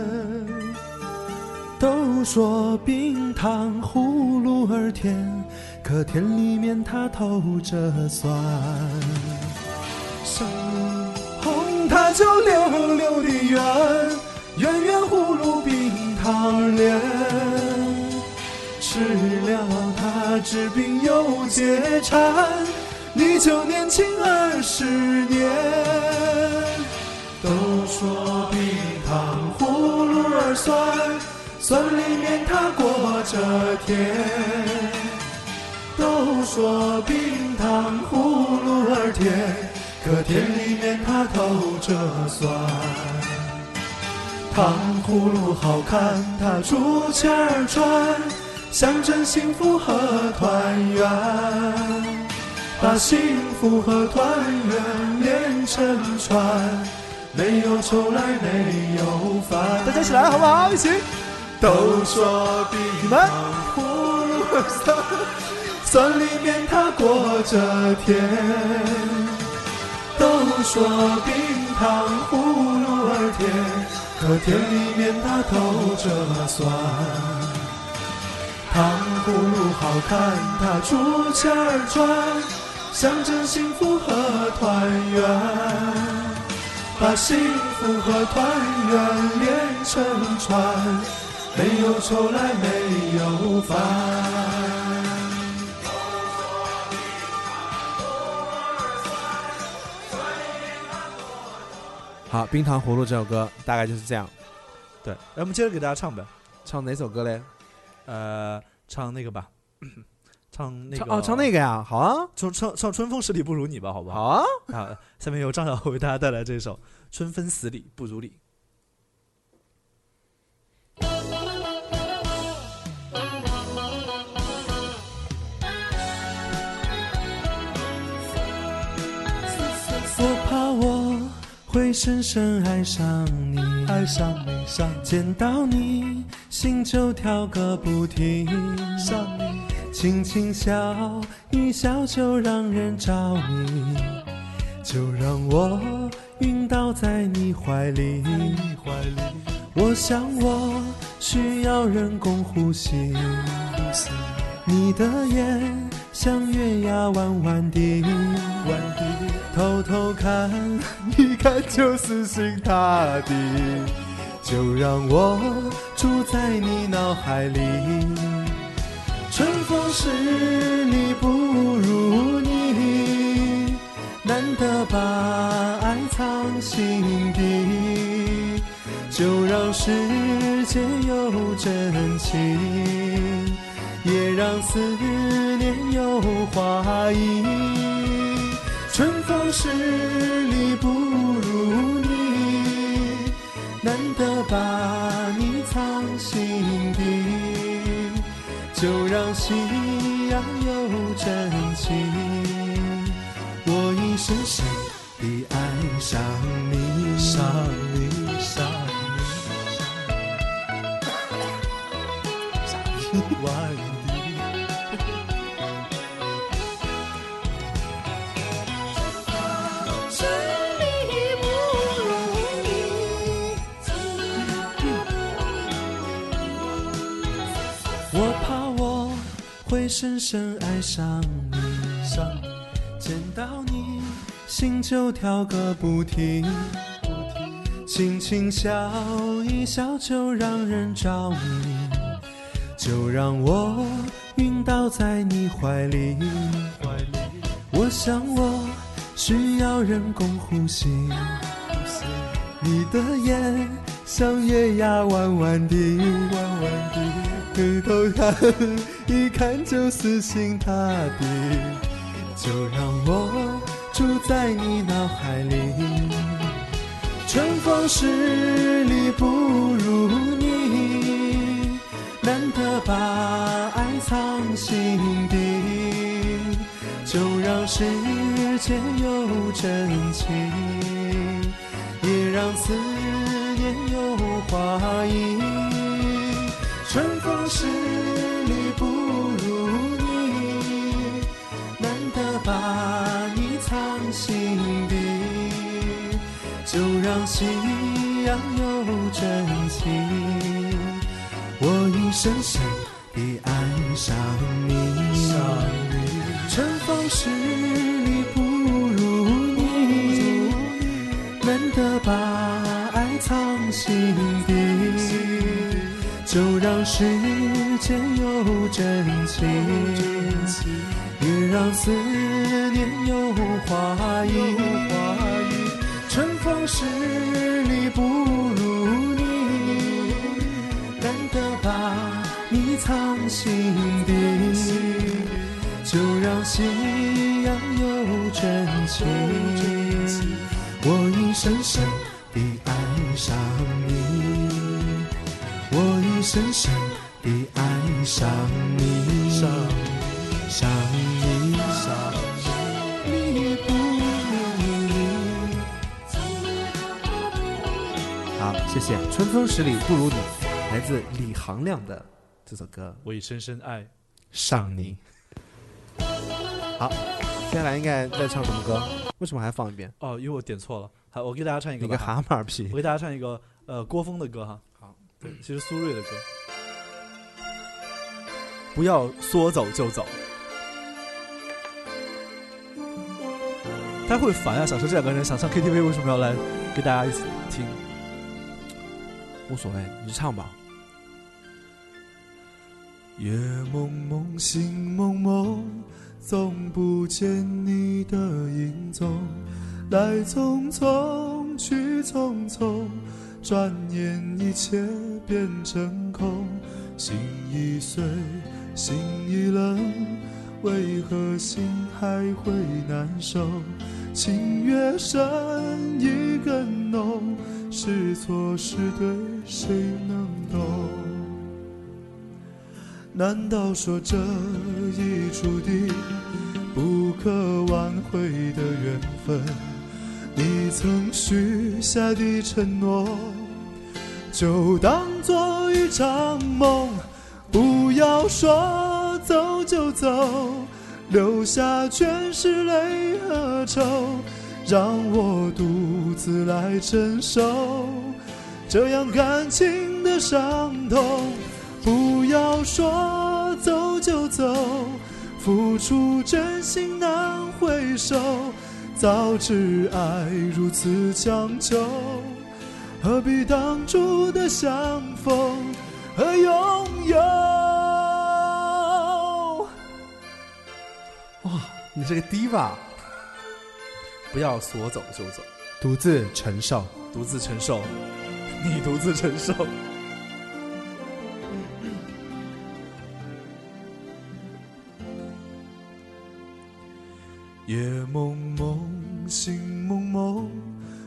[SPEAKER 1] 都说冰糖葫芦儿甜，可甜里面它透着酸。手红它就溜溜的圆，圆圆葫芦冰糖莲。吃了它治病又解馋，你就年轻二十年。都说冰糖葫芦儿酸，酸里面它裹着甜。都说冰糖葫芦儿甜，可甜里面它透着酸。糖葫芦好看，它竹签儿穿，象征幸福和团圆。把幸福和团圆连成串，没有愁来没有烦。大家一起来好不好？一起。都说冰糖葫芦儿酸，酸里面它裹着甜。都说冰糖葫芦儿甜，可甜里面它透着酸。糖葫芦好看，它竹签儿穿，象征幸福和团圆。把幸福和团圆连成串，没有愁来没有烦。
[SPEAKER 2] 好，《冰糖葫芦》这首歌大概就是这样。
[SPEAKER 1] 对，那我们接着给大家唱呗，
[SPEAKER 2] 唱哪首歌嘞？
[SPEAKER 1] 呃，唱那个吧，唱那个
[SPEAKER 2] 唱哦，唱那个呀，好啊，
[SPEAKER 1] 唱唱唱《春风十里不如你》吧，好不
[SPEAKER 2] 好？啊。
[SPEAKER 1] 啊，下面由张小为大家带来这首《春分十里不如你》。我怕我会深深爱上你，爱上你，上见到你心就跳个不停，上你轻轻笑一笑就让人着迷，就让我晕倒在你怀里，怀里。我想我需要人工呼吸，你的眼像月牙弯弯的，弯的，偷偷看，一看就死心塌地。就让我住在你脑海里，春风十里不如你，难
[SPEAKER 2] 的把爱藏心底，就让世界有真情，也让思念有花意。春风十里不如你，难得把你藏心底，就让夕阳有真情。我已深深地爱上你，上你，上你，上你，万里。
[SPEAKER 4] 真理不容易，真理不容易。
[SPEAKER 2] 我怕我会深深爱上你，上你见到你心就跳个不停，不停，轻轻笑一笑就让人着迷，就让我晕倒在你怀里，怀里，我想我需要人工呼吸，你的眼像月牙弯弯的，弯弯的，回头看一看就死心塌地，就让我住在你脑海里。春风十里不如你，难得把爱藏心底，就让世间有真情。也让思念有花意。春风十里不如你，难得把你藏心底，就让夕阳有真情。我已深深地爱上你，春风十里不如你。难得把爱藏心底，就让世间有真情，也让思念有花意。春风十里不如你，难得把你藏心底，就让夕阳有真情。我已深深地爱上你，我已深深地爱上你，上你，上你，上你不如你。
[SPEAKER 5] 好，谢谢。春风十里不如你，来自李行亮的这首歌
[SPEAKER 1] 我已深深爱。
[SPEAKER 5] 《上你》。好，接下来应该在唱什么歌？为什么还放一遍？
[SPEAKER 1] 哦，因为我点错了，还我给大家唱一个
[SPEAKER 5] 一个蛤
[SPEAKER 1] 吧，
[SPEAKER 5] 蟆皮
[SPEAKER 1] 我。给大家唱一个呃郭峰的歌哈。
[SPEAKER 5] 好，
[SPEAKER 1] 对，其实苏芮的歌。不要说走就走，大家会烦啊！想说这两个人想上 KTV，为什么要来给大家一起听？
[SPEAKER 5] 无所谓，你就唱吧。
[SPEAKER 2] 夜蒙蒙，心蒙蒙，总不见你的影踪。来匆匆，去匆匆，转眼一切变成空。心已碎，心已冷，为何心还会难受？情越深，意更浓，是错是对，谁能懂？难道说这已注定不可挽回的缘分？你曾许下的承诺，就当作一场梦。不要说走就走，留下全是泪和愁，让我独自来承受这样感情的伤痛。不要说走就走，付出真心难回收。早知爱如此强求，何必当初的相逢和拥有？
[SPEAKER 5] 你是个 diva，
[SPEAKER 2] 不要所走就走，
[SPEAKER 3] 独自承受。
[SPEAKER 2] 独自承受，你独自承受。
[SPEAKER 1] 夜蒙蒙，心蒙蒙，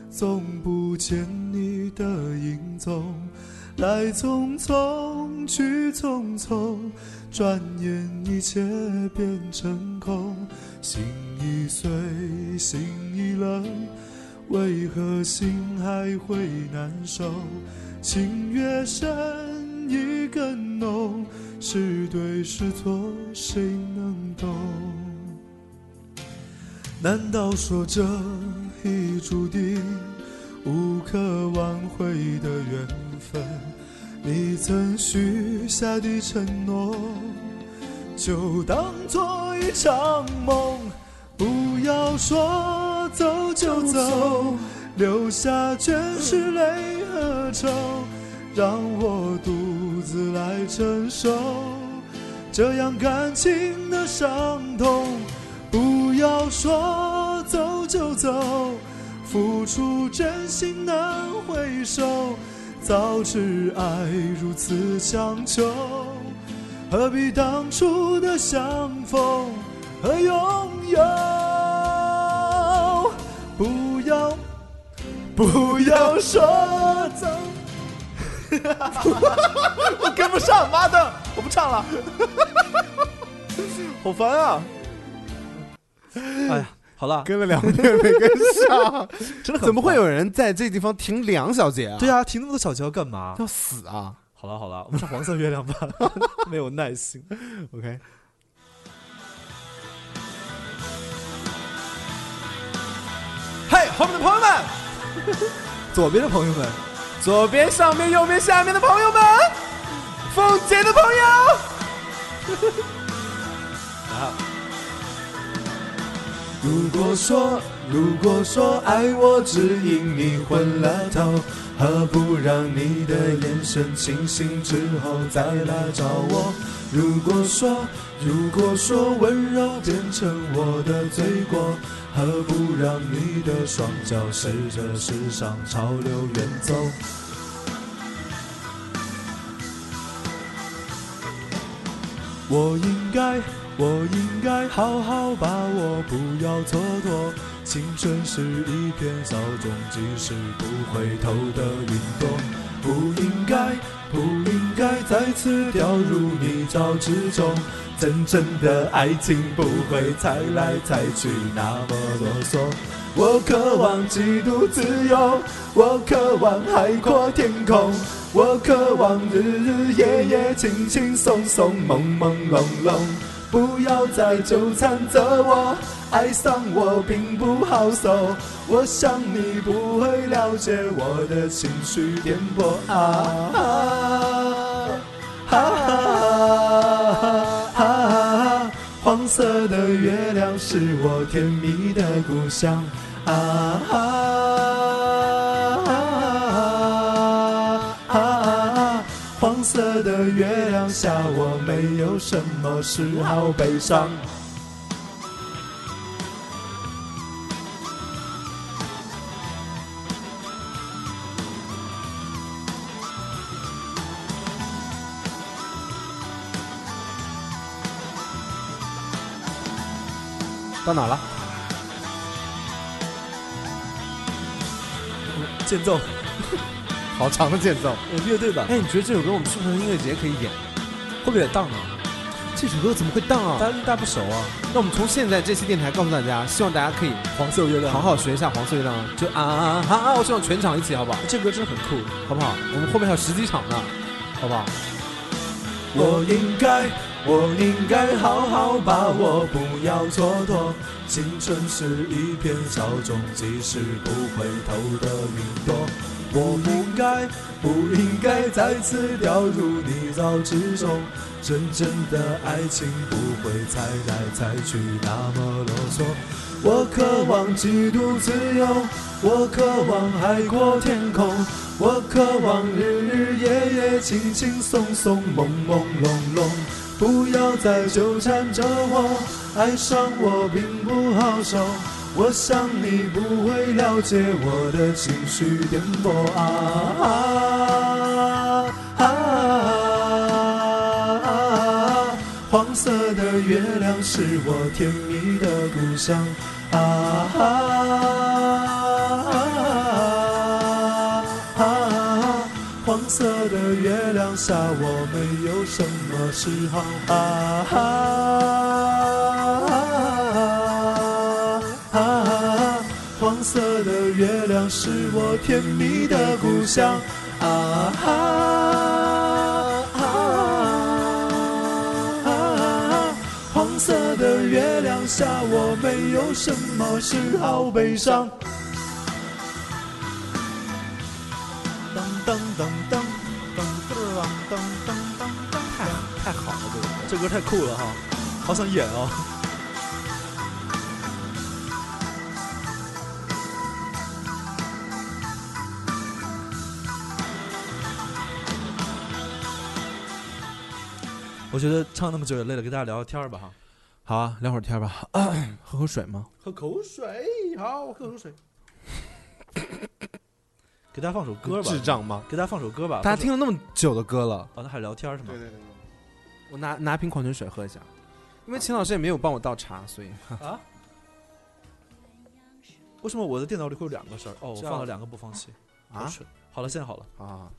[SPEAKER 1] 总不见你的影踪。来匆匆，去匆匆，转眼一切变成空。心已碎，心已冷，为何心还会难受？情越深，意更浓，是对是错，谁能懂？难道说这已注定无可挽回的缘分？你曾许下的承诺，就当做一场梦。不要说走就走，留下全是泪和愁，让我独自来承受这样感情的伤痛。不要说走就走，付出真心难回收。早知爱如此强求，何必当初的相逢和拥有？不要，不要说走。 我跟不上，妈的，我不唱了， 好烦啊！
[SPEAKER 6] 哎呀，好了，
[SPEAKER 2] 跟了两遍没跟上，
[SPEAKER 6] 真的很
[SPEAKER 2] 怎么会
[SPEAKER 6] 有？
[SPEAKER 2] 有人在这地方停两小节啊？
[SPEAKER 6] 对啊，停那么多小节要干嘛？
[SPEAKER 2] 要死啊
[SPEAKER 6] 好了好 了，我们唱黄色月亮吧，没有耐心。
[SPEAKER 2] ！OK，
[SPEAKER 6] 嘿，后面的朋友们， 左边的朋友们，
[SPEAKER 2] 左边、上面、右边、下面的朋友们，凤姐的朋友。
[SPEAKER 1] 如果说，如果说爱我只因你昏了头，何不让你的眼神清醒之后再来找我？如果说，如果说温柔变成我的罪过，何不让你的双脚随着时尚潮流远走？我应该，我应该好好把握，不要蹉跎。青春是一片稍纵即逝、不回头的云朵，不应该，不应该再次掉入泥沼之中。真正的爱情不会猜来猜去那么啰嗦。我渴望极度自由，我渴望海阔天空，我渴望日日夜夜轻轻松松、朦朦胧胧。不要再纠缠着我，爱上我并不好受。我想你不会了解我的情绪颠簸啊！哈哈哈哈！黄色的月亮是我甜蜜的故乡啊！啊！黄色的月亮下，我没有什么事好悲伤。
[SPEAKER 2] 到哪了？
[SPEAKER 6] 间奏，
[SPEAKER 2] 好长的节奏。
[SPEAKER 6] 有乐队吧？
[SPEAKER 2] 哎，你觉得这首歌我们是不是音乐节可以演？
[SPEAKER 6] 会不会有点荡啊？
[SPEAKER 2] 这首歌怎么会荡
[SPEAKER 6] 大家
[SPEAKER 2] 啊？
[SPEAKER 6] 大家不熟啊。
[SPEAKER 2] 那我们从现在这期电台告诉大家，希望大家可以
[SPEAKER 6] 黄色月亮，
[SPEAKER 2] 好，好学一下黄色月亮，就啊啊啊啊！我希望全场一起，好不好？
[SPEAKER 6] 这歌真的很酷。
[SPEAKER 2] 好不好？我们后面还有十几场呢，好不好？
[SPEAKER 1] 我应该，我应该好好把握，不要蹉跎。青春是一片稍纵即逝、不回头的云朵。我应该，不应该再次掉入泥沼之中。真正的爱情不会猜来猜去那么啰嗦。我渴望极度自由，我渴望海阔天空，我渴望日日夜夜轻轻松松、朦朦胧胧。不要再纠缠着我，爱上我并不好受。我想你不会了解我的情绪颠簸啊啊啊啊！黄色的月亮是我甜蜜的故乡啊啊啊啊啊！黄色的月亮下我没有什么嗜好啊啊啊啊！黄色的月亮是我甜蜜的故乡啊啊啊啊！黄色的月亮下我没有什么嗜好悲伤。噔噔噔噔噔噔噔噔噔噔，太太好了，这个这歌太酷了哈，好想演哦。我觉得唱那么久也累了，跟大家聊聊天儿吧哈。
[SPEAKER 2] 好啊，聊会儿天吧， 喝口水吗？
[SPEAKER 1] 喝口水，好，我喝口水。给大家放首歌吧，
[SPEAKER 2] 智障吗？
[SPEAKER 1] 给大家放首歌吧。
[SPEAKER 2] 大家
[SPEAKER 1] 放首
[SPEAKER 2] 听了那么久的歌了，
[SPEAKER 1] 哦，那还聊天是吗？
[SPEAKER 6] 对对，
[SPEAKER 2] 我拿拿瓶矿泉水喝一下，因为秦老师也没有帮我倒茶，所以
[SPEAKER 1] 啊？为什么我的电脑里会有两个声儿？哦，我放了两个播放器，好
[SPEAKER 2] 啊
[SPEAKER 1] 蠢。好了，现在好了，
[SPEAKER 2] 啊。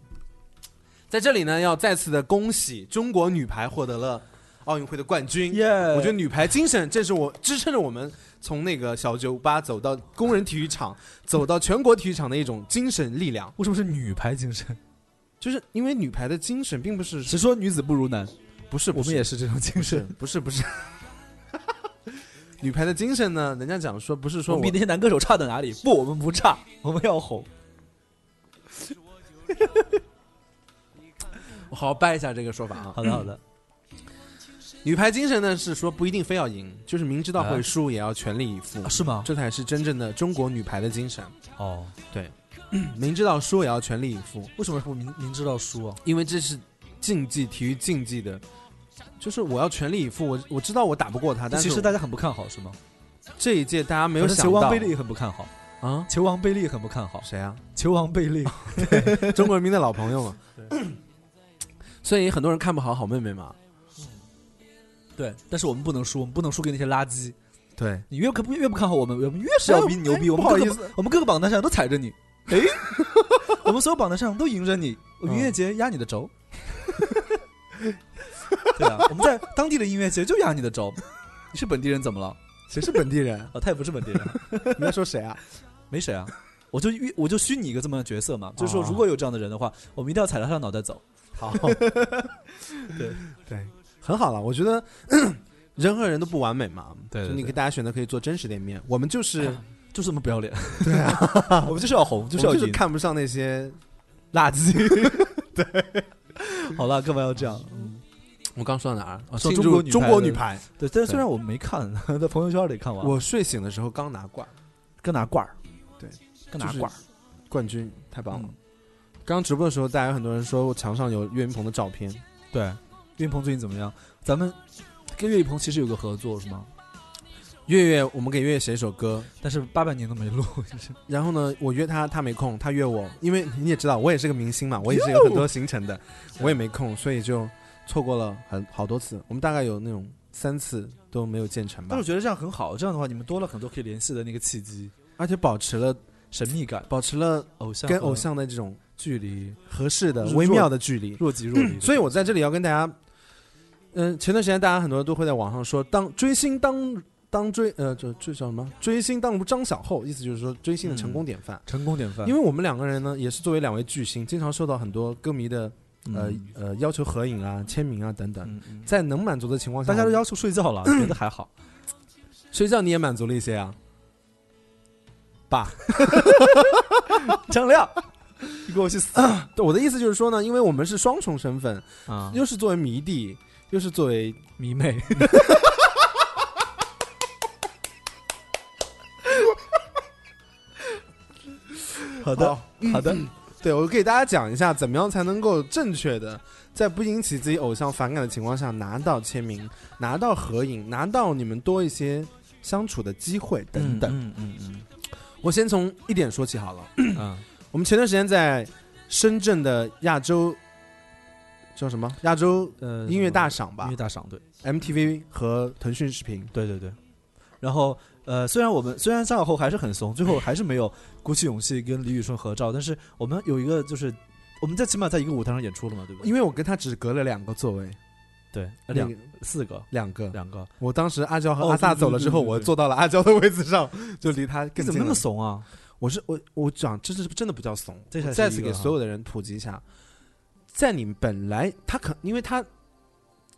[SPEAKER 2] 在这里呢，要再次的恭喜中国女排获得了奥运会的冠军。
[SPEAKER 1] 耶！
[SPEAKER 2] 我觉得女排精神正是我支撑着我们从那个小酒吧走到工人体育场，走到全国体育场的一种精神力量。
[SPEAKER 3] 为什么是女排精 神？
[SPEAKER 2] 就是因为女排的精神并不是
[SPEAKER 3] 谁说女子不如男？
[SPEAKER 2] 不是
[SPEAKER 3] 我
[SPEAKER 2] 不
[SPEAKER 3] 们
[SPEAKER 2] 是
[SPEAKER 3] 也是这种精神。
[SPEAKER 2] 不是不是， 女排的精神呢？人家讲说不是
[SPEAKER 3] 我
[SPEAKER 2] 说
[SPEAKER 3] 们
[SPEAKER 2] 我
[SPEAKER 3] 比那些男歌手差在哪里？不，我们不差， 我们要红。
[SPEAKER 2] 我好好掰一下这个说法啊。
[SPEAKER 3] 好的，好的，
[SPEAKER 2] 女排精神呢是说不一定非要赢，就是明知道会输也要全力以赴
[SPEAKER 3] 啊，是吗？
[SPEAKER 2] 这才啊是真正的中国女排的精 神。
[SPEAKER 3] 哦，
[SPEAKER 2] 明知道输也要全力以赴，
[SPEAKER 3] 为什么不明明知道输啊？
[SPEAKER 2] 因为这是竞技体育竞技的，就是我要全力以赴。我我知道我打不过他，但
[SPEAKER 3] 其
[SPEAKER 2] 是
[SPEAKER 3] 实大家很不看好，是吗？
[SPEAKER 2] 这一届大家没有
[SPEAKER 3] 反正
[SPEAKER 2] 想
[SPEAKER 3] 球
[SPEAKER 2] 到
[SPEAKER 3] 王贝利很不看好，
[SPEAKER 2] 啊，
[SPEAKER 3] 球王贝利很不看好，
[SPEAKER 2] 谁 啊？
[SPEAKER 3] 球王贝利。
[SPEAKER 2] 中国人民的老朋友嘛。 所以很多人看不好好妹妹嘛。
[SPEAKER 3] 对，但是我们不能输，我们不能输给那些垃圾。
[SPEAKER 2] 对，
[SPEAKER 3] 你越可不越不看好我们，我们越是哎要逼牛逼。我们
[SPEAKER 2] 不好
[SPEAKER 3] 各个
[SPEAKER 2] 意思，
[SPEAKER 3] 我们各个榜单上都踩着你， 哎，我们所有榜单上都迎着你，嗯我们音乐节压你的轴。对啊，我们在当地的音乐节就压你的轴。你是本地人怎么了？
[SPEAKER 2] 谁是本地人？
[SPEAKER 3] 啊，他也不是本地人，
[SPEAKER 2] 你在说谁啊？
[SPEAKER 3] 没谁啊。我就预我就虚拟一个这么的角色嘛，就是说
[SPEAKER 2] 哦
[SPEAKER 3] 如果有这样的人的话，我们一定要踩着他的脑袋走。
[SPEAKER 2] 好，对对，很好了。我觉得 人和人都不完美嘛，
[SPEAKER 3] 对对
[SPEAKER 2] 就你
[SPEAKER 3] 对
[SPEAKER 2] 给大家选择可以做真实的一面。我们就是
[SPEAKER 3] 就这么不要脸， 对啊，我们就是要红，就是要
[SPEAKER 2] 我们就是
[SPEAKER 3] 赢。
[SPEAKER 2] 看不上那些。
[SPEAKER 3] 垃圾。对，好了，干嘛要这样？
[SPEAKER 2] 我刚说到哪儿？哦
[SPEAKER 3] 说
[SPEAKER 2] 庆祝
[SPEAKER 3] 中国女
[SPEAKER 2] 中
[SPEAKER 3] 排
[SPEAKER 2] 国
[SPEAKER 3] 的
[SPEAKER 2] 女排。
[SPEAKER 3] 对，但虽然我没看， 在朋友圈里看完，
[SPEAKER 2] 我睡醒的时候刚拿冠
[SPEAKER 3] 跟拿罐儿，
[SPEAKER 2] 对，
[SPEAKER 3] 跟拿
[SPEAKER 2] 嗯就是
[SPEAKER 3] 罐儿，
[SPEAKER 2] 冠军，太棒了
[SPEAKER 3] 嗯。
[SPEAKER 2] 刚直播的时候，大家有很多人说我墙上有岳云鹏的照片，
[SPEAKER 3] 对。岳云鹏最近怎么样？咱们跟岳云鹏其实有个合作是吗？
[SPEAKER 2] 月月，我们给月月写一首歌。
[SPEAKER 3] 但是八百年都没录，就是
[SPEAKER 2] 然后呢，我约他，他没空，他约我，因为你也知道，我也是个明星嘛，我也是有很多行程的，我也没空，所以就错过了很好多次。我们大概有那种三次都没有建成
[SPEAKER 3] 但
[SPEAKER 2] 吧
[SPEAKER 3] 我，觉得这样很好，这样的话你们多了很多可以联系的那个契机、
[SPEAKER 2] 而且保持了
[SPEAKER 3] 神秘感、
[SPEAKER 2] 保持了
[SPEAKER 3] 偶像
[SPEAKER 2] 跟
[SPEAKER 3] 和
[SPEAKER 1] 嗯
[SPEAKER 2] 偶像的这种
[SPEAKER 3] 距离
[SPEAKER 2] 合适的
[SPEAKER 3] 弱
[SPEAKER 2] 微妙的距离。
[SPEAKER 3] 若即若离。嗯
[SPEAKER 2] 所以我在这里要跟大家，嗯、前段时间大家很多都会在网上说，当追星当当追呃，这这叫什么？追星当如张小厚，意思就是说追星的成功典范。
[SPEAKER 3] 成功典范，
[SPEAKER 2] 因
[SPEAKER 3] 为
[SPEAKER 2] 为我们两个人呢，也是作为两位巨星，经常受到很多歌迷的呃
[SPEAKER 3] 嗯
[SPEAKER 2] 呃要求合影啊、签名啊等等，
[SPEAKER 3] 嗯嗯
[SPEAKER 2] 在能满足的情况下，
[SPEAKER 3] 大家都
[SPEAKER 2] 我
[SPEAKER 3] 要求睡觉了，觉得还好。
[SPEAKER 2] 睡觉你也满足了一些啊，爸，
[SPEAKER 3] 张亮，你给我去死
[SPEAKER 2] 对我的意思就是说呢，因为我们是双重身份，
[SPEAKER 3] 啊！
[SPEAKER 2] 又是作为迷弟，又是作为
[SPEAKER 3] 迷 妹，好的，嗯好的，
[SPEAKER 2] 对我给大家讲一下，怎么样才能够正确的在不引起自己偶像反感的情况下拿到签名、拿到合影、拿到你们多一些相处的机会等等。
[SPEAKER 1] 嗯嗯嗯
[SPEAKER 2] 我先从一点说起好了。
[SPEAKER 1] 嗯嗯，
[SPEAKER 2] 我们前段时间在深圳的亚洲叫什么？亚洲
[SPEAKER 1] 呃，
[SPEAKER 3] 嗯
[SPEAKER 2] 音乐大
[SPEAKER 1] 什
[SPEAKER 2] 赏
[SPEAKER 1] 么
[SPEAKER 2] 吧
[SPEAKER 1] 音乐大赏，对
[SPEAKER 2] ，MTV 和腾讯视频。
[SPEAKER 1] 对对对。然后呃，虽然我们虽然上后还是很怂，最后还是没 有鼓起勇气跟李宇春合照，但是我们有一个就是我们在起码在一个舞台上演出了嘛，对不对？
[SPEAKER 2] 因
[SPEAKER 1] 为
[SPEAKER 2] 为我跟他只隔了两个座位，
[SPEAKER 1] 对呃
[SPEAKER 2] 两
[SPEAKER 1] 两四个
[SPEAKER 2] 两个。
[SPEAKER 1] 两个，
[SPEAKER 2] 我当时阿娇和
[SPEAKER 1] 哦
[SPEAKER 2] 阿萨
[SPEAKER 1] 对对
[SPEAKER 2] 走了之后，
[SPEAKER 1] 对对对
[SPEAKER 2] 我坐到了阿娇的位置上，就离他
[SPEAKER 1] 你
[SPEAKER 2] 更
[SPEAKER 1] 怎
[SPEAKER 2] 近
[SPEAKER 1] 么那么
[SPEAKER 2] 了
[SPEAKER 1] 怂啊？
[SPEAKER 2] 我是我我讲，这是真的不叫怂。
[SPEAKER 1] 这才
[SPEAKER 2] 我
[SPEAKER 1] 是
[SPEAKER 2] 再
[SPEAKER 1] 一
[SPEAKER 2] 次
[SPEAKER 1] 个
[SPEAKER 2] 给
[SPEAKER 1] 哈
[SPEAKER 2] 所有的人普及一下，在你本来他可因为他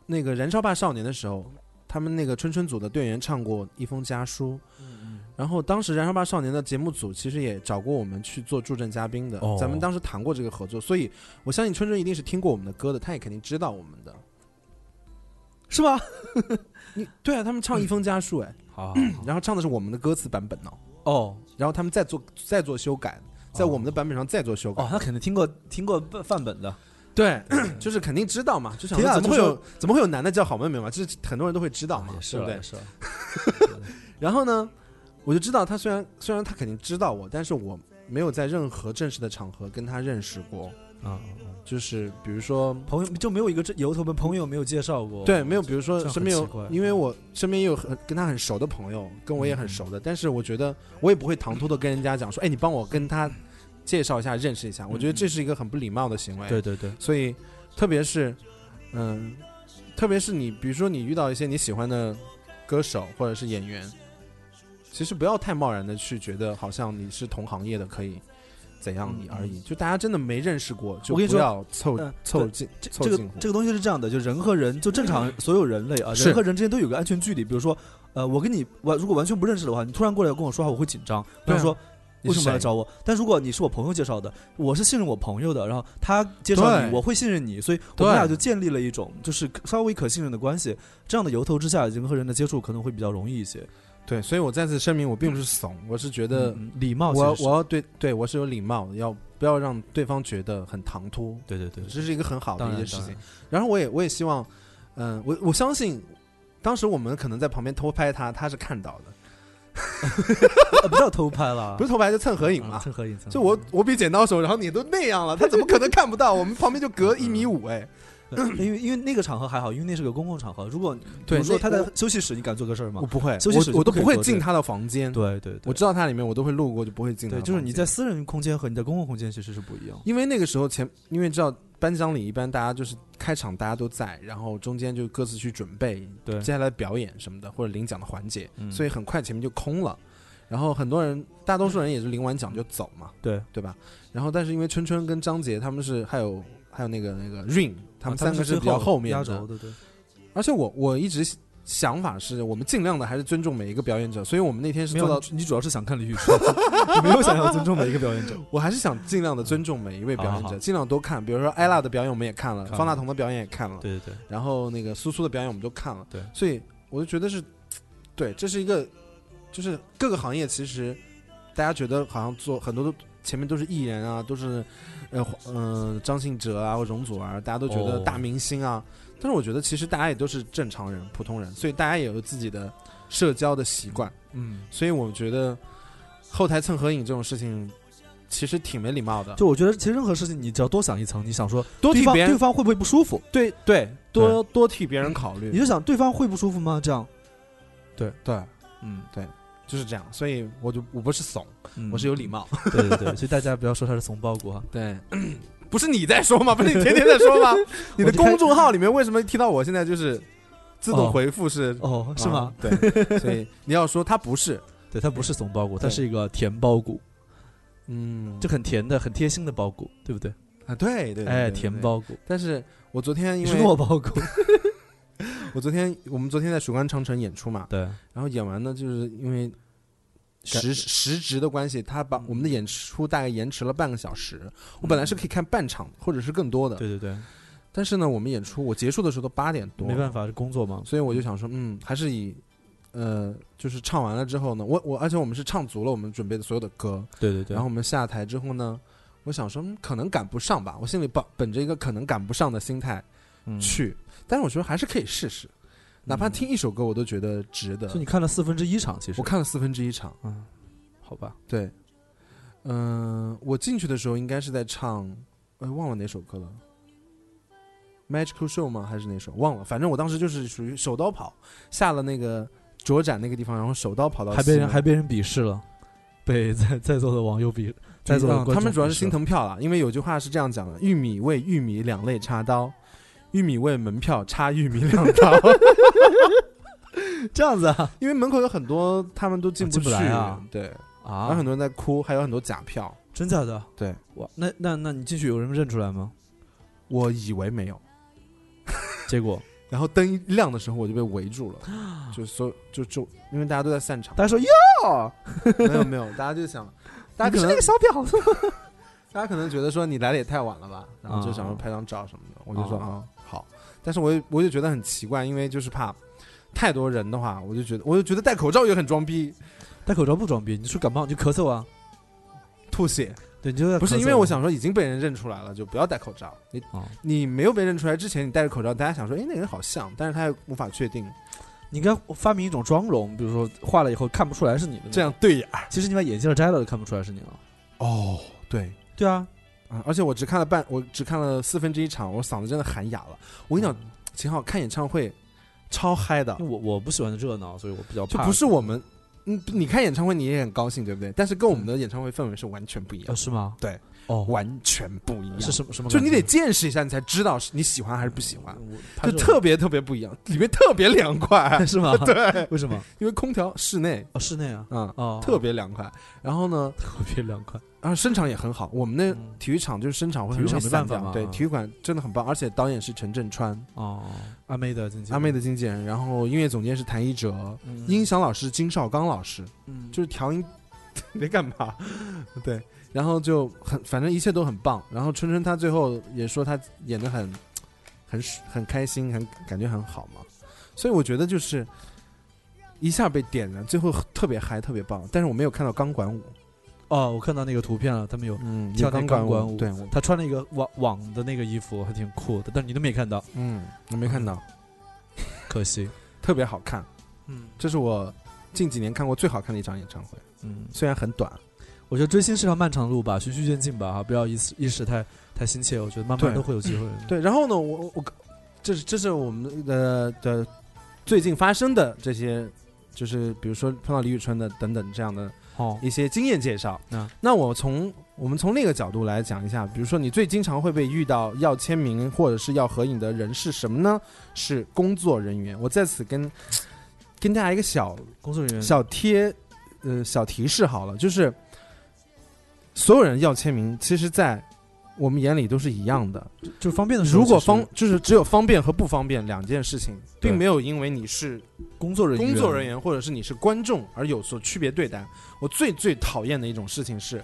[SPEAKER 2] 那个《燃烧吧少年》的时候，他们那个春春组的队员唱过一封家书，
[SPEAKER 1] 嗯
[SPEAKER 2] 然后当时《燃烧吧少年》的节目组其实也找过我们去做助阵嘉宾的，
[SPEAKER 1] 哦
[SPEAKER 2] 咱们当时谈过这个合作，所以我相信春春一定是听过我们的歌的，他也肯定知道我们的。
[SPEAKER 1] 是吗？
[SPEAKER 2] 你对啊，他们唱一封家书哎，
[SPEAKER 1] 好好好
[SPEAKER 2] 然后唱的是我们的歌词版本呢、
[SPEAKER 1] 哦
[SPEAKER 2] 然后他们再做再做修改，在我们的版本上再做修改。
[SPEAKER 1] 哦，他肯定听过听过范本的，
[SPEAKER 2] 对，就是肯定知道嘛，就想
[SPEAKER 1] 天
[SPEAKER 2] 说
[SPEAKER 1] 啊
[SPEAKER 2] 怎么会
[SPEAKER 1] 就说
[SPEAKER 2] 有怎么会有男的叫好妹妹嘛？这是很多人都会知道嘛，
[SPEAKER 1] 也啊是
[SPEAKER 2] 对
[SPEAKER 1] 了
[SPEAKER 2] 不对
[SPEAKER 1] 也？ 是了。嗯
[SPEAKER 2] 然后呢，我就知道他虽然虽然他肯定知道我，但是我没有在任何正式的场合跟他认识过，
[SPEAKER 1] 啊，
[SPEAKER 2] 就是比如说。
[SPEAKER 1] 朋友就没有一个这由头们朋友没有介绍过，
[SPEAKER 2] 对，没有，比如说
[SPEAKER 1] 这样
[SPEAKER 2] 身边
[SPEAKER 1] 很奇怪
[SPEAKER 2] 有，因为我身边也有很跟他很熟的朋友，跟我也很
[SPEAKER 1] 嗯
[SPEAKER 2] 熟的，但是我觉得我也不会唐突的跟人家讲说，哎，你帮我跟他介绍一下，认识一下，我
[SPEAKER 1] 嗯
[SPEAKER 2] 觉得这是一个很不礼貌的行为。
[SPEAKER 1] 对对对，
[SPEAKER 2] 所以，特别是，嗯，特别是你，比如说你遇到一些你喜欢的歌手或者是演员，其实不要太贸然的去觉得好像你是同行业的可以怎样你而已，就大家真的没认识过，
[SPEAKER 1] 嗯
[SPEAKER 2] 就
[SPEAKER 1] 我跟你
[SPEAKER 2] 不
[SPEAKER 1] 说
[SPEAKER 2] 要凑
[SPEAKER 1] 嗯
[SPEAKER 2] 凑
[SPEAKER 1] 对
[SPEAKER 2] 近
[SPEAKER 1] 这
[SPEAKER 2] 凑
[SPEAKER 1] 这个
[SPEAKER 2] 近乎
[SPEAKER 1] 这个东西是这样的，就人和人，就正常所有人类啊，
[SPEAKER 2] 是
[SPEAKER 1] 人和人之间都有个安全距离。比如说，呃，我跟你完如果完全不认识的话，你突然过来跟我说话，我会紧张，比
[SPEAKER 2] 对啊
[SPEAKER 1] 方说。
[SPEAKER 2] 你
[SPEAKER 1] 为
[SPEAKER 2] 是
[SPEAKER 1] 什么要来
[SPEAKER 2] 谁
[SPEAKER 1] 找我？但如果你是我朋友介绍的，我是信任我朋友的，然后他介绍你，
[SPEAKER 2] 对
[SPEAKER 1] 我会信任你，所以我们
[SPEAKER 2] 对
[SPEAKER 1] 俩就建立了一种就是可稍微可信任的关系。这样的由头之下，人和人的接触可能会比较容易一些。
[SPEAKER 2] 对，所以我再次声明，我并不是怂，我是觉得
[SPEAKER 1] 嗯嗯礼貌其
[SPEAKER 2] 我
[SPEAKER 1] 实是，
[SPEAKER 2] 我要对对我是有礼貌的，要不要让对方觉得很唐突，
[SPEAKER 1] 对对 对，
[SPEAKER 2] 这是一个很好的
[SPEAKER 1] 当
[SPEAKER 2] 一
[SPEAKER 1] 然
[SPEAKER 2] 件事情
[SPEAKER 1] 当。
[SPEAKER 2] 然后我也我也希望，嗯、我我相信，当时我们可能在旁边偷拍他，他是看到的，
[SPEAKER 1] 呃不叫偷拍了，
[SPEAKER 2] 不是偷拍就蹭合影
[SPEAKER 1] 啊
[SPEAKER 2] 嘛。
[SPEAKER 1] 蹭合影，蹭
[SPEAKER 2] 就
[SPEAKER 1] 合影
[SPEAKER 2] 我我比剪刀手，然后你都那样 了，他怎么可能看不到？我们旁边就隔一米五哎。
[SPEAKER 1] 对因为因为那个场合还好，因为那是个公共场合。如果比
[SPEAKER 2] 对
[SPEAKER 1] 如说
[SPEAKER 2] 那
[SPEAKER 1] 他在
[SPEAKER 2] 我
[SPEAKER 1] 休息室，你敢做个事儿吗
[SPEAKER 2] 我？不会，
[SPEAKER 1] 休息室
[SPEAKER 2] 我我
[SPEAKER 1] 就
[SPEAKER 2] 都
[SPEAKER 1] 不可以
[SPEAKER 2] 不会
[SPEAKER 1] 做这
[SPEAKER 2] 进
[SPEAKER 1] 个
[SPEAKER 2] 他的房间。
[SPEAKER 1] 对对对，
[SPEAKER 2] 我知道他里面，我都会路过，就不会进他
[SPEAKER 1] 对，
[SPEAKER 2] 的
[SPEAKER 1] 就是
[SPEAKER 2] 房
[SPEAKER 1] 你
[SPEAKER 2] 间
[SPEAKER 1] 在，私人空间和你在公共空间其实是不一样。
[SPEAKER 2] 因为那个时候前，因为知道颁奖礼一般大家就是开场大家都在，然后中间就各自去准备
[SPEAKER 1] 对
[SPEAKER 2] 接下来表演什么的或者领奖的环节，
[SPEAKER 1] 嗯
[SPEAKER 2] 所以很快前面就空了。然后很多人，大多数人也是领完奖就走嘛，
[SPEAKER 1] 对，啊
[SPEAKER 2] 对吧？然后但是因为春春跟张杰他们是还有还有那个那个 Rain，他啊们三个
[SPEAKER 1] 是
[SPEAKER 2] 比较
[SPEAKER 1] 最
[SPEAKER 2] 后面
[SPEAKER 1] 压
[SPEAKER 2] 的
[SPEAKER 1] 轴，的，对，
[SPEAKER 2] 而且我我一直想法是我们尽量的还是尊重每一个表演者，所以我们那天是
[SPEAKER 1] 没
[SPEAKER 2] 做
[SPEAKER 1] 有
[SPEAKER 2] 到，
[SPEAKER 1] 你你主要是想看李宇春， 你没有想要尊重每一个表演者。
[SPEAKER 2] 我还是想尽量的尊重每一位表演
[SPEAKER 1] 好好
[SPEAKER 2] 者，
[SPEAKER 1] 好
[SPEAKER 2] 尽量多看，比如说艾拉的表演我们也啊看了，
[SPEAKER 1] 看了
[SPEAKER 2] 方大同的表演也看了，
[SPEAKER 1] 对对对，
[SPEAKER 2] 然后那个苏苏的表演我们都看了，
[SPEAKER 1] 对
[SPEAKER 2] 所以我就觉得是，对，这是一个，就是各个行业其实大家觉得好像做很多都前面都是艺人啊，都是呃嗯、呃、张信哲啊或容祖儿，大家都觉得
[SPEAKER 1] 哦
[SPEAKER 2] 大明星啊，但是我觉得其实大家也都是正常人、普通人，所以大家也有自己的社交的习惯，
[SPEAKER 1] 嗯，
[SPEAKER 2] 所以我觉得后台蹭合影这种事情其实挺没礼貌的，
[SPEAKER 1] 就我觉得其实任何事情，你只要多想一层，你想说
[SPEAKER 2] 多
[SPEAKER 1] 对
[SPEAKER 2] 替
[SPEAKER 1] 方
[SPEAKER 2] 别
[SPEAKER 1] 对
[SPEAKER 2] 人
[SPEAKER 1] 方会不会不舒服，
[SPEAKER 2] 对对多多替别人考虑，
[SPEAKER 1] 你就想对方会不舒服吗？这样，
[SPEAKER 2] 对。
[SPEAKER 1] 嗯，
[SPEAKER 2] 就是这样，所以我就我不是怂，我是有礼。 貌。
[SPEAKER 1] 对对对，所以大家不要说他是怂包 谷啊。
[SPEAKER 2] 对， 不是你在说吗？ 不是你天天在说吗？你的
[SPEAKER 1] 我就开
[SPEAKER 2] 公众号里面为什么提到我现在就是自动回复是、
[SPEAKER 1] 哦，是
[SPEAKER 2] 啊
[SPEAKER 1] 吗？？
[SPEAKER 2] 对， 所以你要说他不是，
[SPEAKER 1] 对，他不是怂包谷，他
[SPEAKER 2] 对
[SPEAKER 1] 是一个甜包谷，
[SPEAKER 2] 嗯，
[SPEAKER 1] 就很甜的、很贴心的包谷，对不对？
[SPEAKER 2] 啊，对对，对
[SPEAKER 1] 哎，
[SPEAKER 2] 对
[SPEAKER 1] 甜
[SPEAKER 2] 对
[SPEAKER 1] 包谷，
[SPEAKER 2] 但是我昨天因
[SPEAKER 1] 你是
[SPEAKER 2] 为
[SPEAKER 1] 糯包 谷，
[SPEAKER 2] 我昨天我们昨天在曙光长城演出嘛，
[SPEAKER 1] 对，
[SPEAKER 2] 然后演完呢，就是因为时时值的关系，他把我们的演出大概延迟了半个小时。我本来是可以看半场或者是更多的，
[SPEAKER 1] 对对对，
[SPEAKER 2] 但是呢，我们演出我结束的时候都八点多，
[SPEAKER 1] 没办法，是工作嘛。
[SPEAKER 2] 所以我就想说，嗯，还是以，呃，就是唱完了之后呢，我我而且我们是唱足了我们准备的所有的歌，
[SPEAKER 1] 对对对，
[SPEAKER 2] 然后我们下台之后呢，我想说、嗯可能赶不上吧，我心里本本着一个可能赶不上的心态
[SPEAKER 1] 嗯
[SPEAKER 2] 去，但是我觉得还是可以试试，哪怕听一首歌我都觉得值得
[SPEAKER 1] 所以。你看了四分之一场，其实
[SPEAKER 2] 我看了四分之一场，
[SPEAKER 1] 嗯，好吧，
[SPEAKER 2] 对，嗯、我进去的时候应该是在唱，哎，忘了哪首歌了。Magical Show 吗？还是哪首？忘了，反正我当时就是属于手刀跑，下了那个卓展那个地方，然后手刀跑到
[SPEAKER 1] 还被
[SPEAKER 2] 西
[SPEAKER 1] 人
[SPEAKER 2] 门
[SPEAKER 1] 还被人鄙视了，被在 在座的网友鄙，在座的观
[SPEAKER 2] 嗯
[SPEAKER 1] 众
[SPEAKER 2] 他们主要
[SPEAKER 1] 鄙
[SPEAKER 2] 是
[SPEAKER 1] 视
[SPEAKER 2] 心
[SPEAKER 1] 了
[SPEAKER 2] 疼票了，因为有句话是这样讲的：玉米为玉米两肋插刀，玉米为门票插玉米两刀。
[SPEAKER 1] 这样子啊
[SPEAKER 2] 因为门口有很多他们都进
[SPEAKER 1] 进
[SPEAKER 2] 去
[SPEAKER 1] 不来啊
[SPEAKER 2] 对，然后
[SPEAKER 1] 啊
[SPEAKER 2] 很，多人在哭，还有很多假票。
[SPEAKER 1] 真假的？
[SPEAKER 2] 对，
[SPEAKER 1] 哇，那那那你进去有人认出来吗？
[SPEAKER 2] 我以为没有，
[SPEAKER 1] 结果
[SPEAKER 2] 然后灯一亮的时候我就被 围住了，就所有就就因为大家都在 散场，
[SPEAKER 1] 大家说哟，
[SPEAKER 2] 没有没有，大家就想，大家
[SPEAKER 1] 你
[SPEAKER 2] 可
[SPEAKER 1] 是
[SPEAKER 2] 能
[SPEAKER 1] 那个小婊子吗，
[SPEAKER 2] 大家可能觉得说你来的也太晚了吧，然后就想说
[SPEAKER 1] 啊
[SPEAKER 2] 拍张照什么的，我就说
[SPEAKER 1] 啊
[SPEAKER 2] 啊好，但是我也我就觉得很奇怪，因为就是怕太多人的话，我就觉得我就觉得戴口罩也很装逼，
[SPEAKER 1] 戴口罩不装逼，你说感冒你就咳嗽啊，
[SPEAKER 2] 吐血
[SPEAKER 1] 对，你就在
[SPEAKER 2] 不
[SPEAKER 1] 咳
[SPEAKER 2] 是
[SPEAKER 1] 嗽
[SPEAKER 2] 因为我想说已经被人认出来了，就不要戴口罩，你
[SPEAKER 1] 啊，
[SPEAKER 2] 你没有被认出来之前，你戴着口罩，大家想说，哎，那个人好像，但是他也无法确
[SPEAKER 1] 嗯
[SPEAKER 2] 定，
[SPEAKER 1] 你应该发明一种妆容，比如说画了以后看不出来是你的，
[SPEAKER 2] 这样，对眼
[SPEAKER 1] 其实你把眼镜摘了就看不出来是你了。
[SPEAKER 2] 哦，对。
[SPEAKER 1] 对啊，
[SPEAKER 2] 啊！而且我只看了半，我只看了四分之一场，我嗓子真的喊哑了。
[SPEAKER 1] 我
[SPEAKER 2] 我跟你讲，，秦昊看演唱会超嗨的
[SPEAKER 1] 因，为嗯我我不喜欢热闹，所以我比较
[SPEAKER 2] 就
[SPEAKER 1] 怕。
[SPEAKER 2] 不是我们，嗯，你看演唱会你也很高兴，对不对？但是跟
[SPEAKER 1] 嗯
[SPEAKER 2] 我们的演唱会氛围是完全不一
[SPEAKER 1] 呃
[SPEAKER 2] 样，
[SPEAKER 1] 是吗？
[SPEAKER 2] 对，
[SPEAKER 1] 哦，
[SPEAKER 2] 完全不一样。
[SPEAKER 1] 是什么什么
[SPEAKER 2] 就
[SPEAKER 1] 感觉？嗯
[SPEAKER 2] 你得见识一下，你才知道是你喜欢还是不喜欢，
[SPEAKER 1] 我怕
[SPEAKER 2] 就
[SPEAKER 1] 热，
[SPEAKER 2] 特别特别不一样，里面特别凉 快
[SPEAKER 1] 是 吗？对，为什么？
[SPEAKER 2] 因为空调室内
[SPEAKER 1] 哦，室内啊，
[SPEAKER 2] 啊，
[SPEAKER 1] 哦，
[SPEAKER 2] 特别凉快。然后呢，
[SPEAKER 1] 特别凉快。
[SPEAKER 2] 然后声场啊也很好，我们那
[SPEAKER 1] 嗯
[SPEAKER 2] 体育场就是声场会
[SPEAKER 1] 体
[SPEAKER 2] 很
[SPEAKER 1] 育
[SPEAKER 2] 容易
[SPEAKER 1] 场没办
[SPEAKER 2] 散
[SPEAKER 1] 法
[SPEAKER 2] 掉
[SPEAKER 1] 嘛
[SPEAKER 2] 对，
[SPEAKER 1] 啊
[SPEAKER 2] 体育馆真的很棒，而且导演是陈振川，
[SPEAKER 1] 哦，阿妹的经纪人，
[SPEAKER 2] 阿妹的经纪人，然后音乐总监是谭一哲，
[SPEAKER 1] 嗯
[SPEAKER 2] 音响老师金少刚老师，
[SPEAKER 1] 嗯
[SPEAKER 2] 就是调音， 你在干嘛？ 对，然后就很，反正一切都很棒。然后春春她最后也说她演的很，很很开心，很感觉很好嘛，所以我觉得就是一下被点燃，最后特别嗨，特别棒。但是我没有看到钢管舞，
[SPEAKER 1] 哦，我看到那个图片了，他们有
[SPEAKER 2] 嗯，
[SPEAKER 1] 跳那
[SPEAKER 2] 钢
[SPEAKER 1] 钢管
[SPEAKER 2] 舞，
[SPEAKER 1] 舞
[SPEAKER 2] 对，我
[SPEAKER 1] 他穿了一个网网的那个衣服，还挺酷的，但你都没看 到，
[SPEAKER 2] 嗯，我没看到，
[SPEAKER 1] 可惜。
[SPEAKER 2] 特别好看。
[SPEAKER 1] 嗯
[SPEAKER 2] 这是我近几年看过最好看的一场演唱会，
[SPEAKER 1] 嗯，
[SPEAKER 2] 虽然很短，
[SPEAKER 1] 我觉得追星是条漫长的路吧，循序渐进吧，哈，不要一时一时太太心切，我觉得慢慢
[SPEAKER 2] 对
[SPEAKER 1] 都会有机会的。
[SPEAKER 2] 对，然后呢，我我这是这是我们的的最近发生的这些，就是比如说碰到李宇春的等等这样的
[SPEAKER 1] 哦，
[SPEAKER 2] 一些经验介绍。
[SPEAKER 1] 嗯
[SPEAKER 2] 那我从我们从那个角度来讲一下，比如说你最经常会被遇到要签名或者是要合影的人是什么呢？是工作人员。我在此跟跟大家一个小
[SPEAKER 1] 工作人员
[SPEAKER 2] 小贴，呃，小提示好了，就是所有人要签名，其实，在我们眼里都是一样的。
[SPEAKER 1] 就方便的时候，
[SPEAKER 2] 如果
[SPEAKER 1] 其实
[SPEAKER 2] 方就是只有方便和不方便两件事情，
[SPEAKER 1] 对
[SPEAKER 2] 并没有因为你是
[SPEAKER 1] 工作人员
[SPEAKER 2] 工作人员或者是你是观众而有所区别对待。我最最讨厌的一种事情是，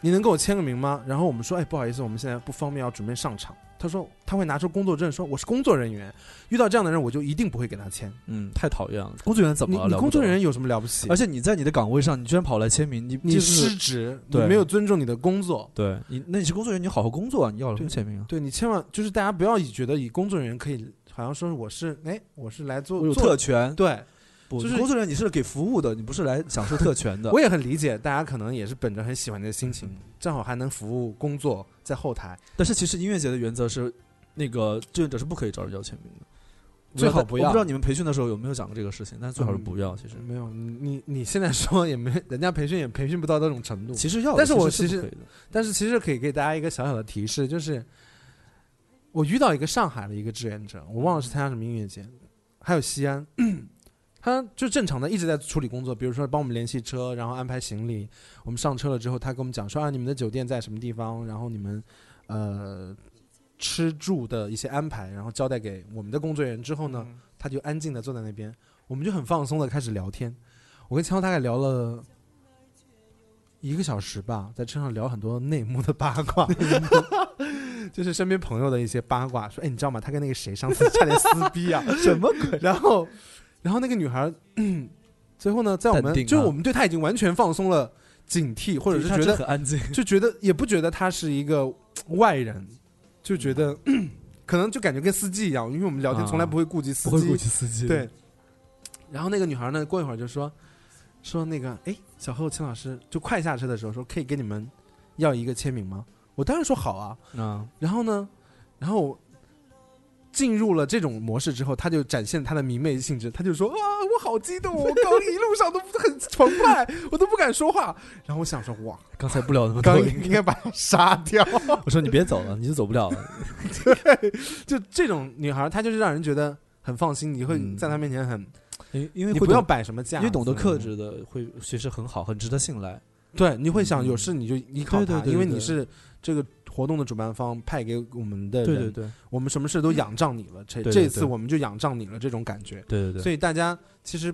[SPEAKER 2] 你能给我签个名吗？然后我们说，哎，不好意思，我们现在不方便，要准备上场。他说他会拿出工作证，说我是工作人员。遇到这样的人，我就一定不会给他签。
[SPEAKER 1] 嗯，太讨厌了。工作人员怎
[SPEAKER 2] 你
[SPEAKER 1] 么了？
[SPEAKER 2] 你
[SPEAKER 1] 了不
[SPEAKER 2] 工作
[SPEAKER 1] 得
[SPEAKER 2] 人员有什么了不起
[SPEAKER 1] 而？且你在你的岗位上，你居然跑来签名，你
[SPEAKER 2] 你
[SPEAKER 1] 这
[SPEAKER 2] 失
[SPEAKER 1] 是
[SPEAKER 2] 职，你
[SPEAKER 1] 对
[SPEAKER 2] 没有尊重你的工作。
[SPEAKER 1] 对你，那你是工作人员，你好好工作啊！你要什么
[SPEAKER 2] 对
[SPEAKER 1] 签名啊？
[SPEAKER 2] 对你千万就是大家不要以觉得以工作人员可以，好像说我是哎我是来做
[SPEAKER 1] 我有
[SPEAKER 2] 做
[SPEAKER 1] 特权，
[SPEAKER 2] 对，
[SPEAKER 1] 不，
[SPEAKER 2] 就是
[SPEAKER 1] 工作人员你是给服务的，你不是来享受特权的。嗯
[SPEAKER 2] 我也很理解，大家可能也是本着很喜欢的心情，正好还能服务工作在后台，
[SPEAKER 1] 但是其实音乐节的原则是，那个志愿者是不可以找人要签名 的，
[SPEAKER 2] 最好
[SPEAKER 1] 不嗯
[SPEAKER 2] 不要
[SPEAKER 1] 我知道你们培训的时候有没有讲过这个事情，但是最好是不要。其实，
[SPEAKER 2] 没有你你现在说也没人家培训也培训不到那种程度，
[SPEAKER 1] 其实要的，
[SPEAKER 2] 但是我
[SPEAKER 1] 其
[SPEAKER 2] 其实
[SPEAKER 1] 是不可以的
[SPEAKER 2] 但是其实可以给大家一个小小的提示，就是我遇到一个上海的一个志愿者，我忘了是参加什么音乐节，还有西安。 他就正常的一直在处理工作，比如说帮我们联系车，然后安排行李。我们上车了之后，他跟我们讲说啊，你们的酒店在什么地方，然后你们呃吃住的一些安排，然后交代给我们的工作人员之后呢，他就安静的坐在那边，我们就很放松的开始聊天。我跟强大概聊了一个小时吧，在车上聊很多内幕的八 卦，就是身边朋友的一些八卦，说哎，你知道吗？他跟那个谁上次差点撕逼 啊，什么鬼？然后，然后那个女孩， 最后呢，在我们、
[SPEAKER 1] 淡定啊
[SPEAKER 2] 就是我们对她已经完全放松了警惕，或者是
[SPEAKER 1] 他
[SPEAKER 2] 觉
[SPEAKER 1] 真的
[SPEAKER 2] 得
[SPEAKER 1] 很安静，嗯
[SPEAKER 2] 就觉得也不觉得她是一个外人，就觉得、 可能就感觉跟司机一样，因为我们聊天从来不会顾及司
[SPEAKER 1] 啊不会
[SPEAKER 2] 机，
[SPEAKER 1] 顾及司机。
[SPEAKER 2] 对，。然后那个女孩呢，过一会儿就说说那个，哎，小贺秦老师就快下车的时候说，可以跟你们要一个签名吗？我当然说好啊。
[SPEAKER 1] 嗯，
[SPEAKER 2] 然后呢，然后我进入了这种模式之后，他就展现他的迷妹性质，他就说啊，我好激动，我刚一路上都很崇拜，我都不敢说话。然后我想说，哇，
[SPEAKER 1] 刚才不聊那么
[SPEAKER 2] 刚
[SPEAKER 1] 多，
[SPEAKER 2] 应该把他杀掉。
[SPEAKER 1] 我说你别走了，你就走不了了。
[SPEAKER 2] 就这种女孩，她就是让人觉得很放心，你会
[SPEAKER 1] 嗯
[SPEAKER 2] 在她面前很，
[SPEAKER 1] 因因为
[SPEAKER 2] 你
[SPEAKER 1] 会
[SPEAKER 2] 不要
[SPEAKER 1] 懂，
[SPEAKER 2] 摆什么架
[SPEAKER 1] 因
[SPEAKER 2] 子，
[SPEAKER 1] 为懂得克制的会学识很好，很值得信赖。
[SPEAKER 2] 对，你会想
[SPEAKER 1] 嗯
[SPEAKER 2] 有事你就依靠
[SPEAKER 1] 对对
[SPEAKER 2] 他，
[SPEAKER 1] 对
[SPEAKER 2] 因为
[SPEAKER 1] 对
[SPEAKER 2] 你是这个活动的主办方派给我们的人，
[SPEAKER 1] 对对对
[SPEAKER 2] 我们什么事都仰仗你了，这
[SPEAKER 1] 对对
[SPEAKER 2] 这
[SPEAKER 1] 对
[SPEAKER 2] 次我们就仰仗你了，这种感觉。
[SPEAKER 1] 对对
[SPEAKER 2] 所
[SPEAKER 1] 对，
[SPEAKER 2] 以大家其实，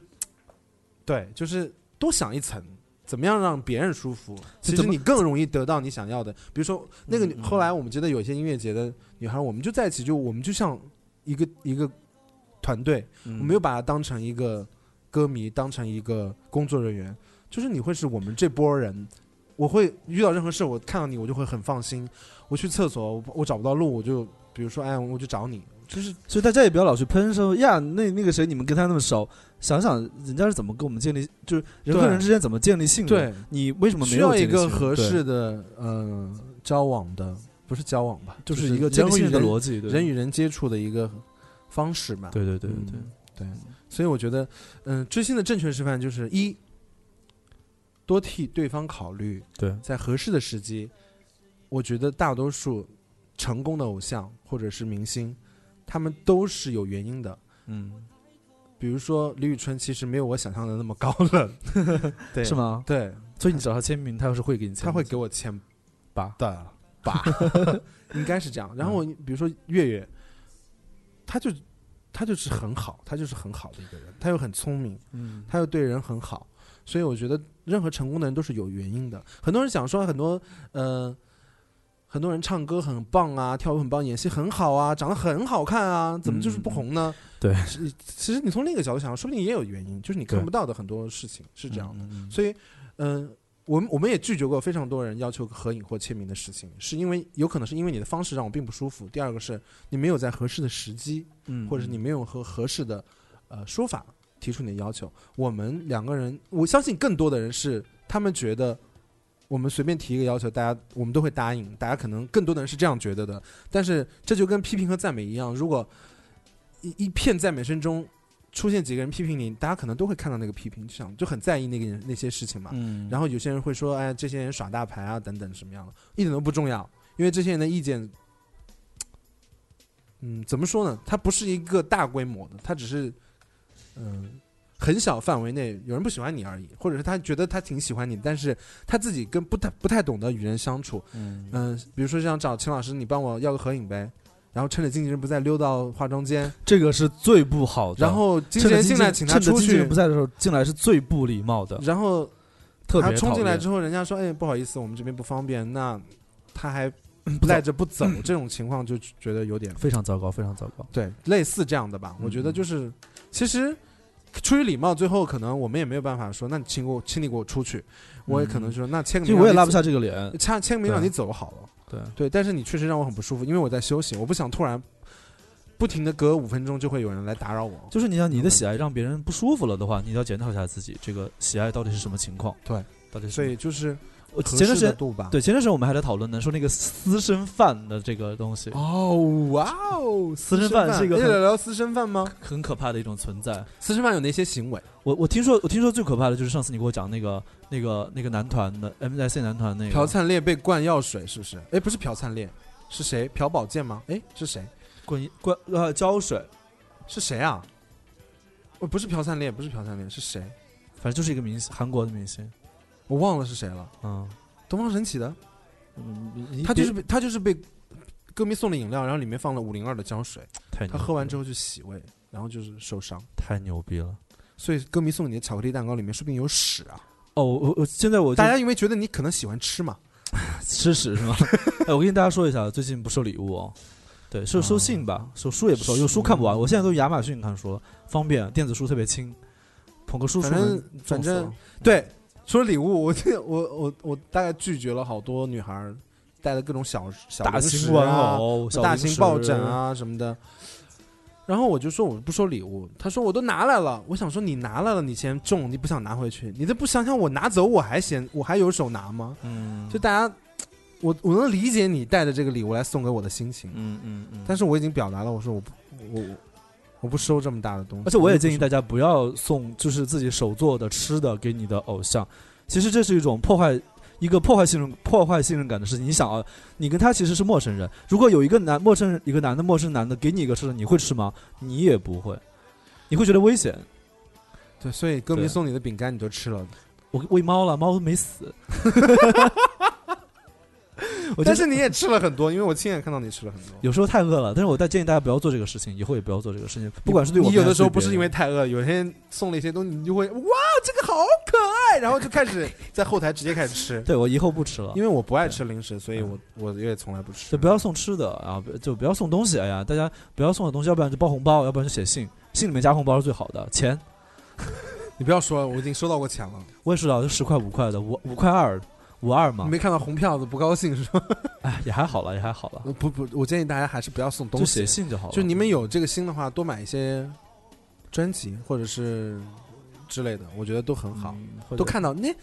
[SPEAKER 2] 对，就是多想一层，怎么样让别人舒服，其实
[SPEAKER 1] 怎么
[SPEAKER 2] 你更容易得到你想要的。比如说那个女
[SPEAKER 1] 嗯嗯
[SPEAKER 2] 后来我们觉得有些音乐节的女孩，我们就在一起，就我们就像一个一个团队，我
[SPEAKER 1] 我
[SPEAKER 2] 没有把她当成一个歌迷，当成一个工作人员，就是你会是我们这波人。我会遇到任何事，我看到你，我就会很放心。我去厕所，我我找不到路，我就比如说，哎，我就找你，
[SPEAKER 1] 就是，所以大家也不要老去喷说呀，那那个谁，你们跟他那么熟，想想人家是怎么跟我们建立，就是人和
[SPEAKER 2] 对
[SPEAKER 1] 人之间怎么建立信任，
[SPEAKER 2] 对，
[SPEAKER 1] 你为什么没
[SPEAKER 2] 需
[SPEAKER 1] 有
[SPEAKER 2] 要一
[SPEAKER 1] 建立
[SPEAKER 2] 个
[SPEAKER 1] 信任
[SPEAKER 2] 合
[SPEAKER 1] 对
[SPEAKER 2] 适的呃交往的，不是交往吧，
[SPEAKER 1] 就
[SPEAKER 2] 就是是一个
[SPEAKER 1] 人
[SPEAKER 2] 建
[SPEAKER 1] 和
[SPEAKER 2] 立
[SPEAKER 1] 人
[SPEAKER 2] 人
[SPEAKER 1] 的逻辑，对
[SPEAKER 2] 人与人接触的一个方式吧。
[SPEAKER 1] 对对对对
[SPEAKER 2] 嗯
[SPEAKER 1] 对，
[SPEAKER 2] 对，所以我觉得，嗯、追星的正确示范就是一，多替对方考虑，
[SPEAKER 1] 对
[SPEAKER 2] 在合适的时机，我觉得大多数成功的偶像或者是明星，他们都是有原因的。
[SPEAKER 1] 嗯，
[SPEAKER 2] 比如说李宇春，其实没有我想象的那么高冷， 对，
[SPEAKER 1] 是？吗？
[SPEAKER 2] 对，
[SPEAKER 1] 所以你找他签名，他要是会给你签名，
[SPEAKER 2] 他会给我签
[SPEAKER 1] 吧？
[SPEAKER 2] 的吧，应该是这样。然后我比如说月月，他就他就是很好，他就是很好的一个人，他又很聪明，
[SPEAKER 1] 嗯，
[SPEAKER 2] 他又对人很好，所以我觉得任何成功的人都是有原因的。很多人想说很多呃。很多人唱歌很棒啊，跳舞很棒，演戏很好啊，长得很好看啊，怎么就是不红呢？
[SPEAKER 1] 嗯对
[SPEAKER 2] 是，其实你从另一个角度想，说不定也有原因，就是你看
[SPEAKER 1] 对
[SPEAKER 2] 不到的很多事情是这样的。
[SPEAKER 1] 嗯，嗯
[SPEAKER 2] 所以，嗯、我们我们也拒绝过非常多人要求合影或签名的事情，是因为有可能是因为你的方式让我并不舒服。第二个是你没有在合适的时机，
[SPEAKER 1] 嗯
[SPEAKER 2] 或者是你没有和合适的呃说法提出你的要求。我们两个人，我相信更多的人是他们觉得。我们随便提一个要求，大家我们都会答应。大家可能更多的人是这样觉得的，但是这就跟批评和赞美一样，如果一一片赞美声中出现几个人批评你，大家可能都会看到那个批评，就想就很在意那个人那些事情嘛。
[SPEAKER 1] 嗯，
[SPEAKER 2] 然后有些人会说，哎，这些人耍大牌啊，等等什么样的，一点都不重要，因为这些人的意见，嗯，怎么说呢？它不是一个大规模的，它只是，嗯、很小范围内有人不喜欢你而已，或者是他觉得他挺喜欢你，但是他自己跟不太不太懂得与人相处，
[SPEAKER 1] 嗯
[SPEAKER 2] 嗯、比如说像找秦老师，你帮我要个合影呗。然后趁着经纪人不在，溜到化妆间，
[SPEAKER 1] 这个是最不好的。
[SPEAKER 2] 然后经纪
[SPEAKER 1] 趁着
[SPEAKER 2] 人进来
[SPEAKER 1] 经
[SPEAKER 2] 请
[SPEAKER 1] 纪
[SPEAKER 2] 他
[SPEAKER 1] 趁着
[SPEAKER 2] 出
[SPEAKER 1] 经纪
[SPEAKER 2] 去
[SPEAKER 1] 人不，在的时候进来是最不礼貌的，
[SPEAKER 2] 然后
[SPEAKER 1] 特
[SPEAKER 2] 他
[SPEAKER 1] 别
[SPEAKER 2] 冲进来之
[SPEAKER 1] 后，
[SPEAKER 2] 后，人家说：“哎，不好意思，我们这边不方便。”那他还
[SPEAKER 1] 嗯不
[SPEAKER 2] 赖
[SPEAKER 1] 在
[SPEAKER 2] 着不 走，这种情况就觉得有点
[SPEAKER 1] 非常糟糕，非常糟糕。
[SPEAKER 2] 对，类似这样的吧。我觉
[SPEAKER 1] 嗯
[SPEAKER 2] 得就是，其实出于礼貌，最后可能我们也没有办法说，那你请我，请你给我出去。我也可能说，那签个
[SPEAKER 1] 就嗯
[SPEAKER 2] 名，
[SPEAKER 1] 我也拉不，下这个脸，
[SPEAKER 2] 签签个名让
[SPEAKER 1] 对
[SPEAKER 2] 你走好了。
[SPEAKER 1] 对，
[SPEAKER 2] 对，但是你确实让我很不舒服，因为我在休息，我不想突然不停的隔五分钟就会有人来打扰我。
[SPEAKER 1] 就是你想你的喜爱让别人不舒服了的话，你要检讨一下自己，这个喜爱到底是什么情况？
[SPEAKER 2] 对，
[SPEAKER 1] 到底是
[SPEAKER 2] 所
[SPEAKER 1] 什么
[SPEAKER 2] 以就是
[SPEAKER 1] 我
[SPEAKER 2] 合
[SPEAKER 1] 前段时
[SPEAKER 2] 适的
[SPEAKER 1] 间
[SPEAKER 2] 度吧。
[SPEAKER 1] 对前段时间我们还在讨论呢，说那个私生饭的这个东西
[SPEAKER 2] 哦，哇哦，
[SPEAKER 1] 私生饭是一个
[SPEAKER 2] 你
[SPEAKER 1] 很
[SPEAKER 2] 聊聊私生饭吗？
[SPEAKER 1] 很可怕的一种存在。
[SPEAKER 2] 私生饭有哪些行为？
[SPEAKER 1] 我我听说我听说最可怕的就是上次你给我讲那个那个那个男团的 M S C 男团那
[SPEAKER 2] 朴
[SPEAKER 1] 个
[SPEAKER 2] 灿烈被灌药水是不是？哎，不是朴灿烈，是谁？朴宝剑吗？哎，是谁？
[SPEAKER 1] 滚滚呃胶水，
[SPEAKER 2] 是谁啊？哦，不是朴灿烈，不是朴灿烈，是谁？
[SPEAKER 1] 反正就是一个明星，韩国的明星，
[SPEAKER 2] 我忘了是谁了。
[SPEAKER 1] 嗯，
[SPEAKER 2] 东方神起的，
[SPEAKER 1] 嗯你
[SPEAKER 2] 他就是
[SPEAKER 1] 别
[SPEAKER 2] 被他就是被歌迷送了饮料，然后里面放了五零二的胶水，
[SPEAKER 1] 太
[SPEAKER 2] 他喝完之
[SPEAKER 1] 后
[SPEAKER 2] 后就洗胃，然后就是受伤。
[SPEAKER 1] 太牛逼了。
[SPEAKER 2] 所以歌迷送你的巧克力蛋糕里面说不定有屎啊！
[SPEAKER 1] 哦，我我我现在我就
[SPEAKER 2] 大家因为觉得你可能喜欢吃嘛，
[SPEAKER 1] 吃屎 是吗？哎，我跟大家说一下，最近不收礼物哦。对，
[SPEAKER 2] 啊
[SPEAKER 1] 收收信吧，收书也不收，因为书看不完。我现在都亚马逊看书了，方便，电子书特别轻，捧个书
[SPEAKER 2] 反
[SPEAKER 1] 书
[SPEAKER 2] 正
[SPEAKER 1] 能重
[SPEAKER 2] 反
[SPEAKER 1] 死
[SPEAKER 2] 正
[SPEAKER 1] 了
[SPEAKER 2] 对，说礼物，我我我我大概拒绝了好多女孩儿带了各种小小
[SPEAKER 1] 大哦
[SPEAKER 2] 零
[SPEAKER 1] 型
[SPEAKER 2] 食
[SPEAKER 1] 玩
[SPEAKER 2] 啊
[SPEAKER 1] 偶、小
[SPEAKER 2] 大
[SPEAKER 1] 零
[SPEAKER 2] 型
[SPEAKER 1] 食
[SPEAKER 2] 抱枕，啊什么的。然后我就说我不收礼物，他说我都拿来了。我想说你拿来了，你嫌重，你不想拿回去，你都不想想我拿走我还嫌我还有手拿吗？
[SPEAKER 1] 嗯，
[SPEAKER 2] 就大家，我我能理解你带着这个礼物来送给我的心情，
[SPEAKER 1] 嗯嗯嗯。
[SPEAKER 2] 但是我已经表达了，我说我不我我我不收这么大的东西。
[SPEAKER 1] 而且我也
[SPEAKER 2] 就
[SPEAKER 1] 建议
[SPEAKER 2] 不
[SPEAKER 1] 大
[SPEAKER 2] 收
[SPEAKER 1] 家不要送，就是自己手做的吃的给你的偶像。其实这是一种破坏，一个破坏信任、破坏信任感的事情。你想啊，你跟他其实是陌生人，如果有一个男陌生人、一个男的陌生男的给你一个吃的，你会吃吗？你也不会，你会觉得危险。
[SPEAKER 2] 对，所以歌迷
[SPEAKER 1] 对
[SPEAKER 2] 送你的饼干你都吃了，
[SPEAKER 1] 我喂猫了，猫没 死。我觉
[SPEAKER 2] 但
[SPEAKER 1] 得
[SPEAKER 2] 是你也吃了很多，因为我亲眼看到你吃了很多。
[SPEAKER 1] 有时候太饿了，但是我但建议大家不要做这个事情，以后也不要做这个事情。不管是对我
[SPEAKER 2] 你
[SPEAKER 1] 们
[SPEAKER 2] 有的
[SPEAKER 1] 还
[SPEAKER 2] 时候
[SPEAKER 1] 对
[SPEAKER 2] 不是
[SPEAKER 1] 别
[SPEAKER 2] 因为
[SPEAKER 1] 人
[SPEAKER 2] 太饿，有些人送了一些东西，你就会哇，这个好可爱，然后就开始在后台直接开始吃。
[SPEAKER 1] 对我以后不吃了，
[SPEAKER 2] 因为我不爱吃零食，所以我我也从来不吃。
[SPEAKER 1] 就不要送吃的啊，不就不要送东西。哎呀，大家不要送的东西，要不然就包红包，要不然就写信，信里面加红包是最好的。钱
[SPEAKER 2] 你不要说了，我已经收到过钱了。
[SPEAKER 1] 我也知道，就十块五块的，五五块二，五二
[SPEAKER 2] 你
[SPEAKER 1] 嘛。
[SPEAKER 2] 没看到红票子不高 兴是吧？
[SPEAKER 1] 哎，也还好了，也还好了，
[SPEAKER 2] 不不，我建议大家还是不要送东
[SPEAKER 1] 就
[SPEAKER 2] 西
[SPEAKER 1] 写。信就好了。
[SPEAKER 2] 就你们有这个心的话，多买一些专辑或者是之类的，我觉得都很好。
[SPEAKER 1] 嗯或者
[SPEAKER 2] 都看到那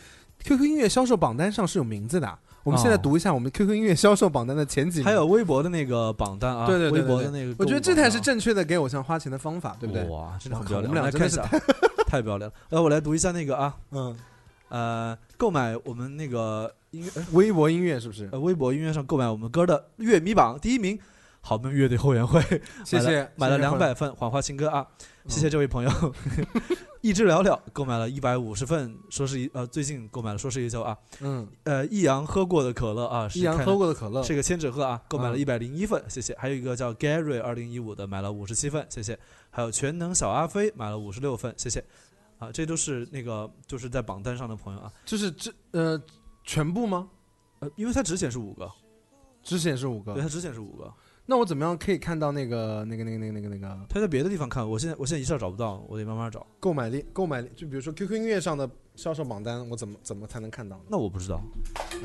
[SPEAKER 2] QQ 音乐销售榜单上是有名字的啊，我们现在
[SPEAKER 1] 哦
[SPEAKER 2] 读一下我们 QQ 音乐销售榜单的前几名。
[SPEAKER 1] 还有微博的那个榜单啊，
[SPEAKER 2] 对对对对
[SPEAKER 1] 微博的那个购物榜啊，
[SPEAKER 2] 我觉得这才是正确的给偶像花钱的方法，对不对？
[SPEAKER 1] 哇，真的
[SPEAKER 2] 哇
[SPEAKER 1] 很
[SPEAKER 2] 靠
[SPEAKER 1] 漂亮，
[SPEAKER 2] 我们俩
[SPEAKER 1] 来
[SPEAKER 2] 真
[SPEAKER 1] 看一
[SPEAKER 2] 的是
[SPEAKER 1] 下， 太漂亮了。来，我来读一下那个啊，
[SPEAKER 2] 嗯，
[SPEAKER 1] 呃，购买我们那个音乐
[SPEAKER 2] 哎微博音乐是不是？
[SPEAKER 1] 呃微博音乐上购买我们歌的乐迷榜第一名，好梦乐队后援会。
[SPEAKER 2] 谢谢，
[SPEAKER 1] 买了
[SPEAKER 2] 谢谢
[SPEAKER 1] 两百份《谎话情歌》啊，
[SPEAKER 2] 嗯
[SPEAKER 1] 谢谢这位朋友。 意志寥寥购买了一百五十份，说是一呃最近购买了说是一周啊，
[SPEAKER 2] 嗯，
[SPEAKER 1] 呃益阳喝过的可乐啊，是
[SPEAKER 2] 一阳
[SPEAKER 1] 看
[SPEAKER 2] 喝过的可乐，
[SPEAKER 1] 是个千纸鹤啊，购买了
[SPEAKER 2] 嗯
[SPEAKER 1] 一百零一份，谢谢。还有一个叫 Gary 二零一五的买了五十七份，谢谢。还有全能小阿飞买了五十六份，谢谢。啊，这都是那个就是在榜单上的朋友啊，
[SPEAKER 2] 就是这呃全部吗？
[SPEAKER 1] 呃，因为它只显示五个，
[SPEAKER 2] 只显示五
[SPEAKER 1] 对，
[SPEAKER 2] 个，
[SPEAKER 1] 它只显示五个，
[SPEAKER 2] 那我怎么样可以看到那个那个那个那个那个那个
[SPEAKER 1] 它在别的地方看，我现在我现在一下找不到，我得慢慢找。
[SPEAKER 2] 购买力？购买力就比如说 QQ 音乐上的销售榜单，我怎么怎么才能看到呢？
[SPEAKER 1] 那我不知道，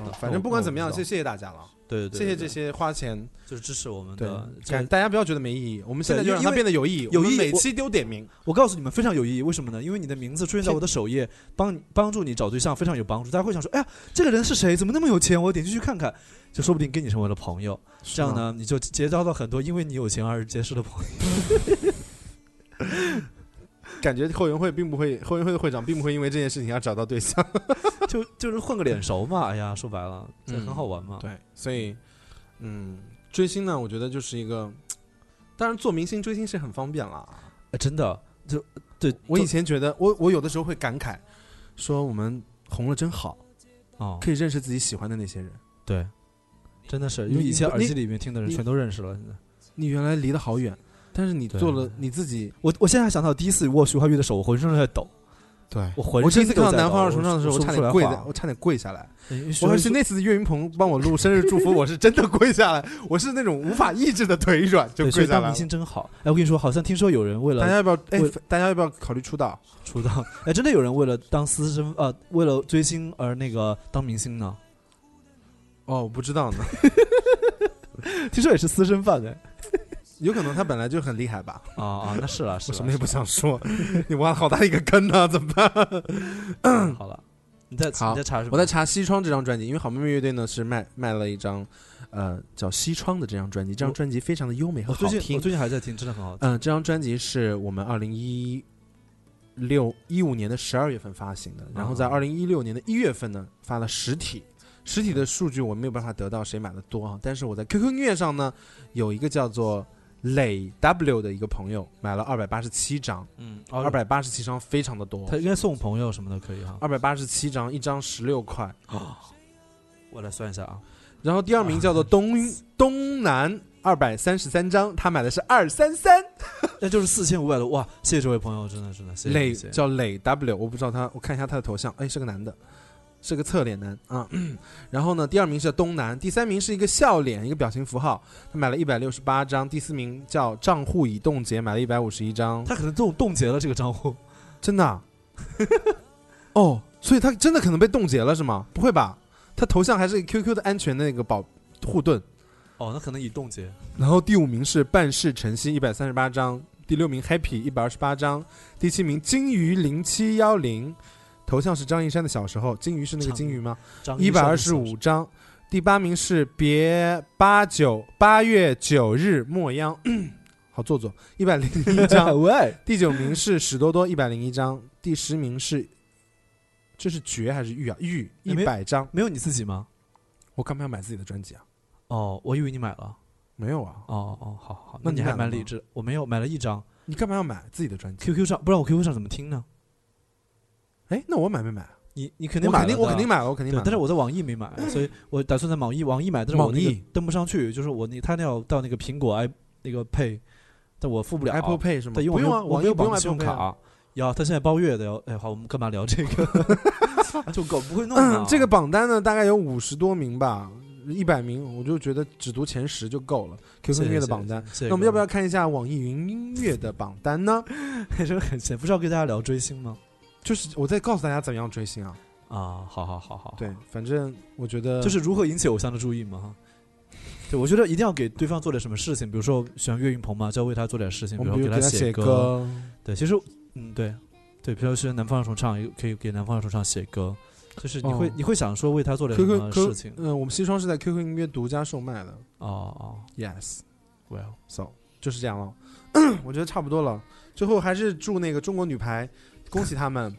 [SPEAKER 2] 啊反正不管怎么样，
[SPEAKER 1] 那我
[SPEAKER 2] 谢谢大家了，
[SPEAKER 1] 对对对，
[SPEAKER 2] 谢谢
[SPEAKER 1] 对
[SPEAKER 2] 这，些花钱，
[SPEAKER 1] 就是支持我们
[SPEAKER 2] 对
[SPEAKER 1] 的，这
[SPEAKER 2] 感大家不要觉得没意义，我们现在
[SPEAKER 1] 对
[SPEAKER 2] 就让
[SPEAKER 1] 因
[SPEAKER 2] 它
[SPEAKER 1] 为
[SPEAKER 2] 变得有意义，
[SPEAKER 1] 有
[SPEAKER 2] 我们
[SPEAKER 1] 意义
[SPEAKER 2] 每
[SPEAKER 1] 我
[SPEAKER 2] 期丢点名，
[SPEAKER 1] 我告诉你们非常有意义，为什么呢？因为你的名字出现在我的首页，帮帮助你找对象非常有帮助。大家会想说，哎呀，这个人是谁？怎么那么有钱？我点进去看看，就说不定跟你成为了朋友。这样
[SPEAKER 2] 是吗？
[SPEAKER 1] 呢，你就结交到很多因为你有钱而结识的 朋友。
[SPEAKER 2] 嗯感觉后援会并不会，后援会的会长并不会因为这件事情要找到对象。
[SPEAKER 1] 就就是混个脸熟嘛。哎呀，说白了，这
[SPEAKER 2] 嗯
[SPEAKER 1] 很好玩嘛。
[SPEAKER 2] 对，所以，嗯，追星呢，我觉得就是一个，当然做明星追星是很方便啦。
[SPEAKER 1] 哎真的，就对
[SPEAKER 2] 我以
[SPEAKER 1] 都
[SPEAKER 2] 前觉得，我我有的时候会感慨，说我们红了真好，
[SPEAKER 1] 哦，
[SPEAKER 2] 可以认识自己喜欢的那些人。
[SPEAKER 1] 对，真的是
[SPEAKER 2] 你
[SPEAKER 1] 因为以前
[SPEAKER 2] 你
[SPEAKER 1] 耳机里面听的人
[SPEAKER 2] 你
[SPEAKER 1] 全都认识了。现在
[SPEAKER 2] 你原来离得好远，但是你
[SPEAKER 1] 对
[SPEAKER 2] 做了你自己。
[SPEAKER 1] 我我现在还想到第一次握徐怀钰的手，我浑身都在抖，
[SPEAKER 2] 对
[SPEAKER 1] 我浑
[SPEAKER 2] 我第
[SPEAKER 1] 身
[SPEAKER 2] 一次
[SPEAKER 1] 都
[SPEAKER 2] 看到
[SPEAKER 1] 在
[SPEAKER 2] 南
[SPEAKER 1] 抖
[SPEAKER 2] 方二重唱的时候，
[SPEAKER 1] 我
[SPEAKER 2] 我
[SPEAKER 1] 说
[SPEAKER 2] 差
[SPEAKER 1] 不
[SPEAKER 2] 点
[SPEAKER 1] 出
[SPEAKER 2] 跪
[SPEAKER 1] 来
[SPEAKER 2] 在
[SPEAKER 1] 话，
[SPEAKER 2] 我差点跪下来。
[SPEAKER 1] 哎因为徐
[SPEAKER 2] 我
[SPEAKER 1] 怀
[SPEAKER 2] 而
[SPEAKER 1] 钰
[SPEAKER 2] 且那次岳云鹏帮我录生日祝福，我是真的跪下来，我是那种无法抑制的腿软就
[SPEAKER 1] 对，所
[SPEAKER 2] 跪
[SPEAKER 1] 以
[SPEAKER 2] 下
[SPEAKER 1] 当
[SPEAKER 2] 来
[SPEAKER 1] 明
[SPEAKER 2] 了。
[SPEAKER 1] 星真好。哎，我跟你说，好像听说有人为了
[SPEAKER 2] 大家要不要？哎
[SPEAKER 1] 我，
[SPEAKER 2] 大家要不要考虑出道？
[SPEAKER 1] 出道， 哎，真的有人为了当私生呃，为了追星而那个当明星呢？
[SPEAKER 2] 哦，我不知道呢，
[SPEAKER 1] 听说也是私生饭哎。
[SPEAKER 2] 有可能他本来就很厉害吧。
[SPEAKER 1] 啊啊，那 是了，是
[SPEAKER 2] 我
[SPEAKER 1] 了
[SPEAKER 2] 什么也不想说， 你挖了好大一个坑呢、 怎么办？
[SPEAKER 1] 嗯好了，你在
[SPEAKER 2] 好
[SPEAKER 1] 你在查什么？
[SPEAKER 2] 我在查《西窗》这张专辑，因为好妹妹乐队呢是卖卖了一张，呃，叫《西窗》的这张专辑。这张专辑非常的优美和
[SPEAKER 1] 我
[SPEAKER 2] 好
[SPEAKER 1] 最近
[SPEAKER 2] 听
[SPEAKER 1] 我。最近还在听，真的 很好听。
[SPEAKER 2] 嗯、这张专辑是我们二零一六一五年的十二月份发行的，然后在
[SPEAKER 1] 啊
[SPEAKER 2] 二零一六年的一月份呢发了实体。实体的数据我没有办法得到谁买的多啊，但是我在 QQ 音乐上呢有一个叫做磊 W 的一个朋友买了二百八十七张，
[SPEAKER 1] 嗯，
[SPEAKER 2] 二，百八十七张非常的多，
[SPEAKER 1] 他应该送朋友什么的可以哈。
[SPEAKER 2] 二百八十七张，一张十六块。
[SPEAKER 1] 我来算一下啊，
[SPEAKER 2] 然后第二名叫做东、东南，二百三十三张，他买的是二三三
[SPEAKER 1] 那就是四千五百多哇！谢谢这位朋友，真的真的谢谢谢
[SPEAKER 2] 磊，
[SPEAKER 1] 谢
[SPEAKER 2] 叫磊 W，我不知道他，我看一下他的头像，哎，是个男的，是个侧脸男啊。然后呢，第二名是东南，第三名是一个笑脸，一个表情符号，他买了一百六十八张。第四名叫账户已冻结，买了一百五十一张，
[SPEAKER 1] 他可能冻冻结了这个账户，
[SPEAKER 2] 真的啊、 哦，所以他真的可能被冻结了是吗？不会吧？他头像还是 QQ 的安全的那个保护盾。
[SPEAKER 1] 哦，那可能以冻结。
[SPEAKER 2] 然后第五名是办事诚心一百三十八章，第六名 Happy 一百二十八章，第七名金鱼零七幺零，头像是张一山的小时候，金鱼是那个金鱼吗？
[SPEAKER 1] 张
[SPEAKER 2] 一百
[SPEAKER 1] 上
[SPEAKER 2] 二
[SPEAKER 1] 的
[SPEAKER 2] 十
[SPEAKER 1] 啊小。
[SPEAKER 2] 五章，第八名是别八九八月九日末央， 好做作，一百零一 章
[SPEAKER 1] 喂，
[SPEAKER 2] 第九名是史多多一百零一章，第十名是这是绝还是玉啊？玉
[SPEAKER 1] 哎
[SPEAKER 2] 一
[SPEAKER 1] 没
[SPEAKER 2] 百章。
[SPEAKER 1] 没有你自己吗？
[SPEAKER 2] 我干嘛要买自己的专辑啊？
[SPEAKER 1] 哦，我以为你买了。
[SPEAKER 2] 没有啊，
[SPEAKER 1] 哦哦，好好，那
[SPEAKER 2] 那
[SPEAKER 1] 你
[SPEAKER 2] 你
[SPEAKER 1] 还
[SPEAKER 2] 买了
[SPEAKER 1] 蛮
[SPEAKER 2] 吗
[SPEAKER 1] 理智。我没有买了一张
[SPEAKER 2] 你干嘛要买自己的专辑？
[SPEAKER 1] QQ 上，不然我 QQ 上怎么听呢？
[SPEAKER 2] 哎，那我买没买啊？
[SPEAKER 1] 你你肯
[SPEAKER 2] 我
[SPEAKER 1] 定买了
[SPEAKER 2] 肯
[SPEAKER 1] 的，
[SPEAKER 2] 定我肯定买了，我肯定
[SPEAKER 1] 对
[SPEAKER 2] 买了。
[SPEAKER 1] 但是我在网易没 买，所以我打算在网易网易买，但是我
[SPEAKER 2] 网
[SPEAKER 1] 那个
[SPEAKER 2] 易
[SPEAKER 1] 登不上去，就是我那他那要到那个苹果 i 那个 Pay，但我付不了
[SPEAKER 2] Apple Pay 是吗？
[SPEAKER 1] 哦对，因为我没
[SPEAKER 2] 不用
[SPEAKER 1] 有
[SPEAKER 2] 啊，
[SPEAKER 1] 我
[SPEAKER 2] 网
[SPEAKER 1] 没
[SPEAKER 2] 易
[SPEAKER 1] 有
[SPEAKER 2] 不用
[SPEAKER 1] 绑
[SPEAKER 2] Apple
[SPEAKER 1] 信用
[SPEAKER 2] Pay 啊。
[SPEAKER 1] 卡。要，他现在包月的要，哎，好，我们干嘛聊这 个？就狗不会弄啊
[SPEAKER 2] 嗯，这个榜单呢，大概有五十多名吧，一百名，我就觉得只读前十就够了。QQ 音乐的榜单，，
[SPEAKER 1] 谢谢谢谢谢谢
[SPEAKER 2] 那我们要不要
[SPEAKER 1] 各
[SPEAKER 2] 看一下网易云音乐的榜单呢？
[SPEAKER 1] 位真的很 闲？不是要跟大家聊追星吗？
[SPEAKER 2] 就是我再告诉大家怎么样追星啊。
[SPEAKER 1] 啊，好好好好，
[SPEAKER 2] 对，反正我觉得
[SPEAKER 1] 就是如何引起偶像的注意嘛。哈 对，我觉得一定要给对方做点什么事情，比如说我喜欢岳云鹏嘛，就要为他做点事情，
[SPEAKER 2] 我
[SPEAKER 1] 比
[SPEAKER 2] 们
[SPEAKER 1] 如
[SPEAKER 2] 比如
[SPEAKER 1] 给
[SPEAKER 2] 给他
[SPEAKER 1] 写
[SPEAKER 2] 写歌，
[SPEAKER 1] 对，其实嗯，对对，比如说南方二重唱，也可以给南方二重唱写歌，就是你会、
[SPEAKER 2] 哦
[SPEAKER 1] 你会想说为他做点什
[SPEAKER 2] QQ
[SPEAKER 1] 么
[SPEAKER 2] Q，
[SPEAKER 1] 事情。
[SPEAKER 2] 嗯，我们西双是在 QQ 音乐独家售卖的
[SPEAKER 1] 哦
[SPEAKER 2] ，yes，so
[SPEAKER 1] 哦，Well，
[SPEAKER 2] 就是这样了， 我觉得差不多了。最后还是祝那个中国女排，恭喜他们。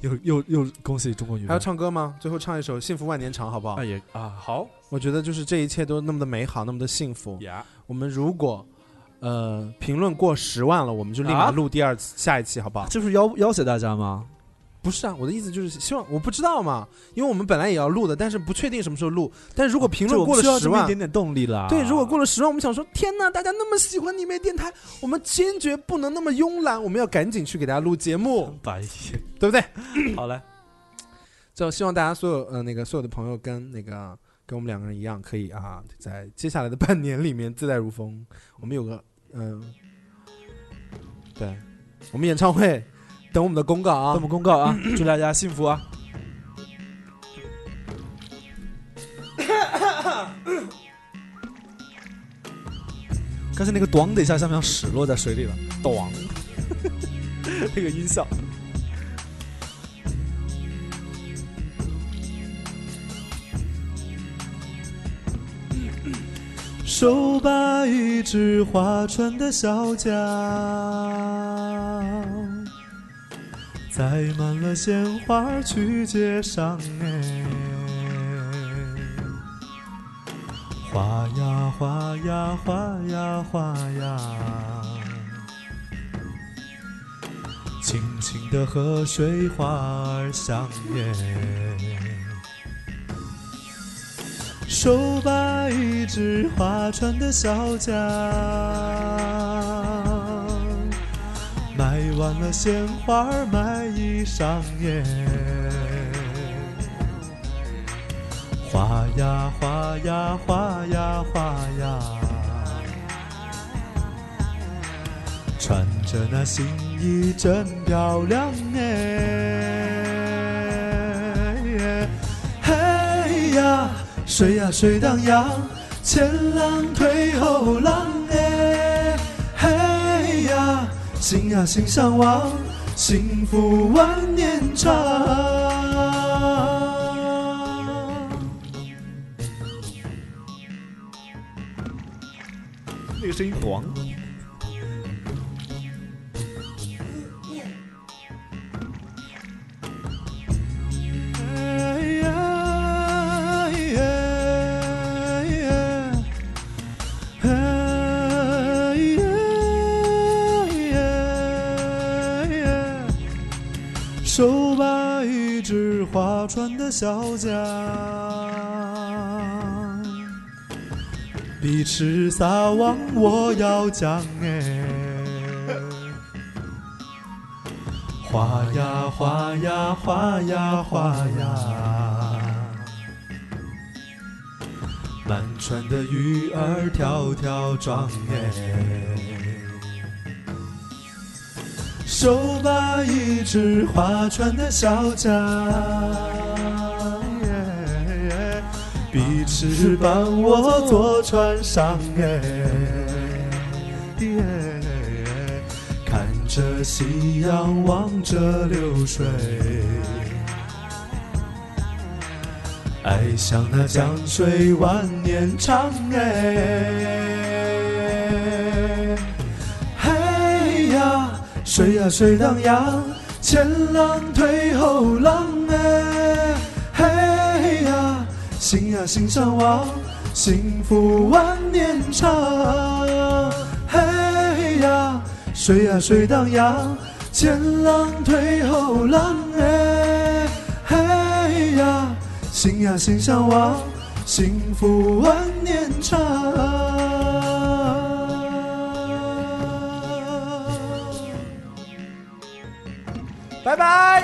[SPEAKER 1] 又又又恭喜中国女
[SPEAKER 2] 还要
[SPEAKER 1] 排，
[SPEAKER 2] 唱歌吗？最后唱一首《幸福万年长》好不好
[SPEAKER 1] 啊？也啊好
[SPEAKER 2] 我觉得就是这一切都那么的美好，那么的幸福。
[SPEAKER 1] 呀，
[SPEAKER 2] 我们如果呃评论过十万了，我们就立马
[SPEAKER 1] 啊
[SPEAKER 2] 录第二次、下一期好不好？
[SPEAKER 1] 这不是要要挟大家吗？
[SPEAKER 2] 不是啊，我的意思就是希望我不知道嘛，因为我们本来也要录的，但是不确定什么时候录。但如果评
[SPEAKER 1] 这
[SPEAKER 2] 论
[SPEAKER 1] 我们
[SPEAKER 2] 过
[SPEAKER 1] 需要
[SPEAKER 2] 了
[SPEAKER 1] 哦这
[SPEAKER 2] 十
[SPEAKER 1] 么
[SPEAKER 2] 万
[SPEAKER 1] 一，点点啊动力啦。
[SPEAKER 2] 对，如果过了十万，我们想说，天呐，大家那么喜欢你们电台，我们坚决不能那么慵懒，我们要赶紧去给大家录节目，
[SPEAKER 1] 白眼，
[SPEAKER 2] 对不对？
[SPEAKER 1] 好嘞，
[SPEAKER 2] 就希望大家所有呃那个所有的朋友跟那个跟我们两个人一样，可以啊，在接下来的半年里面自在如风。我们有个嗯、对，我们演唱会等我们的公告
[SPEAKER 1] 那
[SPEAKER 2] 啊
[SPEAKER 1] 我。们公告啊，祝大家幸福啊！刚才那个“咣”的一下，像不像屎落在水里了？咣，那个音效。手把一只划船的小桨，载满了鲜花去街上哎，划呀划呀划呀划呀，清清的河水花儿香哎。手把一只划船的小桨，买完了鲜花儿买衣裳耶。划呀划呀划呀划呀，穿着那新衣真漂亮哎。嘿呀，水呀水荡漾，前浪推后浪哎，嘿呀，心呀心向往，幸福万年长。那个声音黄。手把一只划船的小桨，彼此撒网，我要桨哎。划呀划呀划呀划呀，满船的鱼儿条条状哎。手把一只划哎船的小桨，彼
[SPEAKER 3] 是帮我坐船上哎。看着夕阳，望着流水，爱上那江水万年长哎。嘿哎呀，水呀水荡漾，前浪推后浪哎。嘿呀，心呀心上望，幸福万年长。嘿呀，啊水呀水荡漾，前浪推后浪哎。嘿呀，心呀心相望，幸福万年长。
[SPEAKER 1] 拜拜。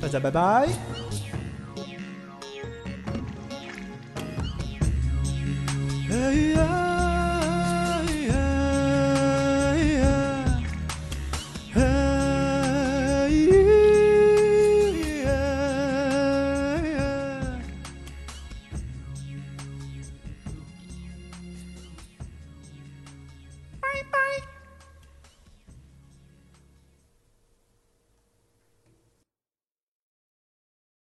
[SPEAKER 2] 大家拜拜。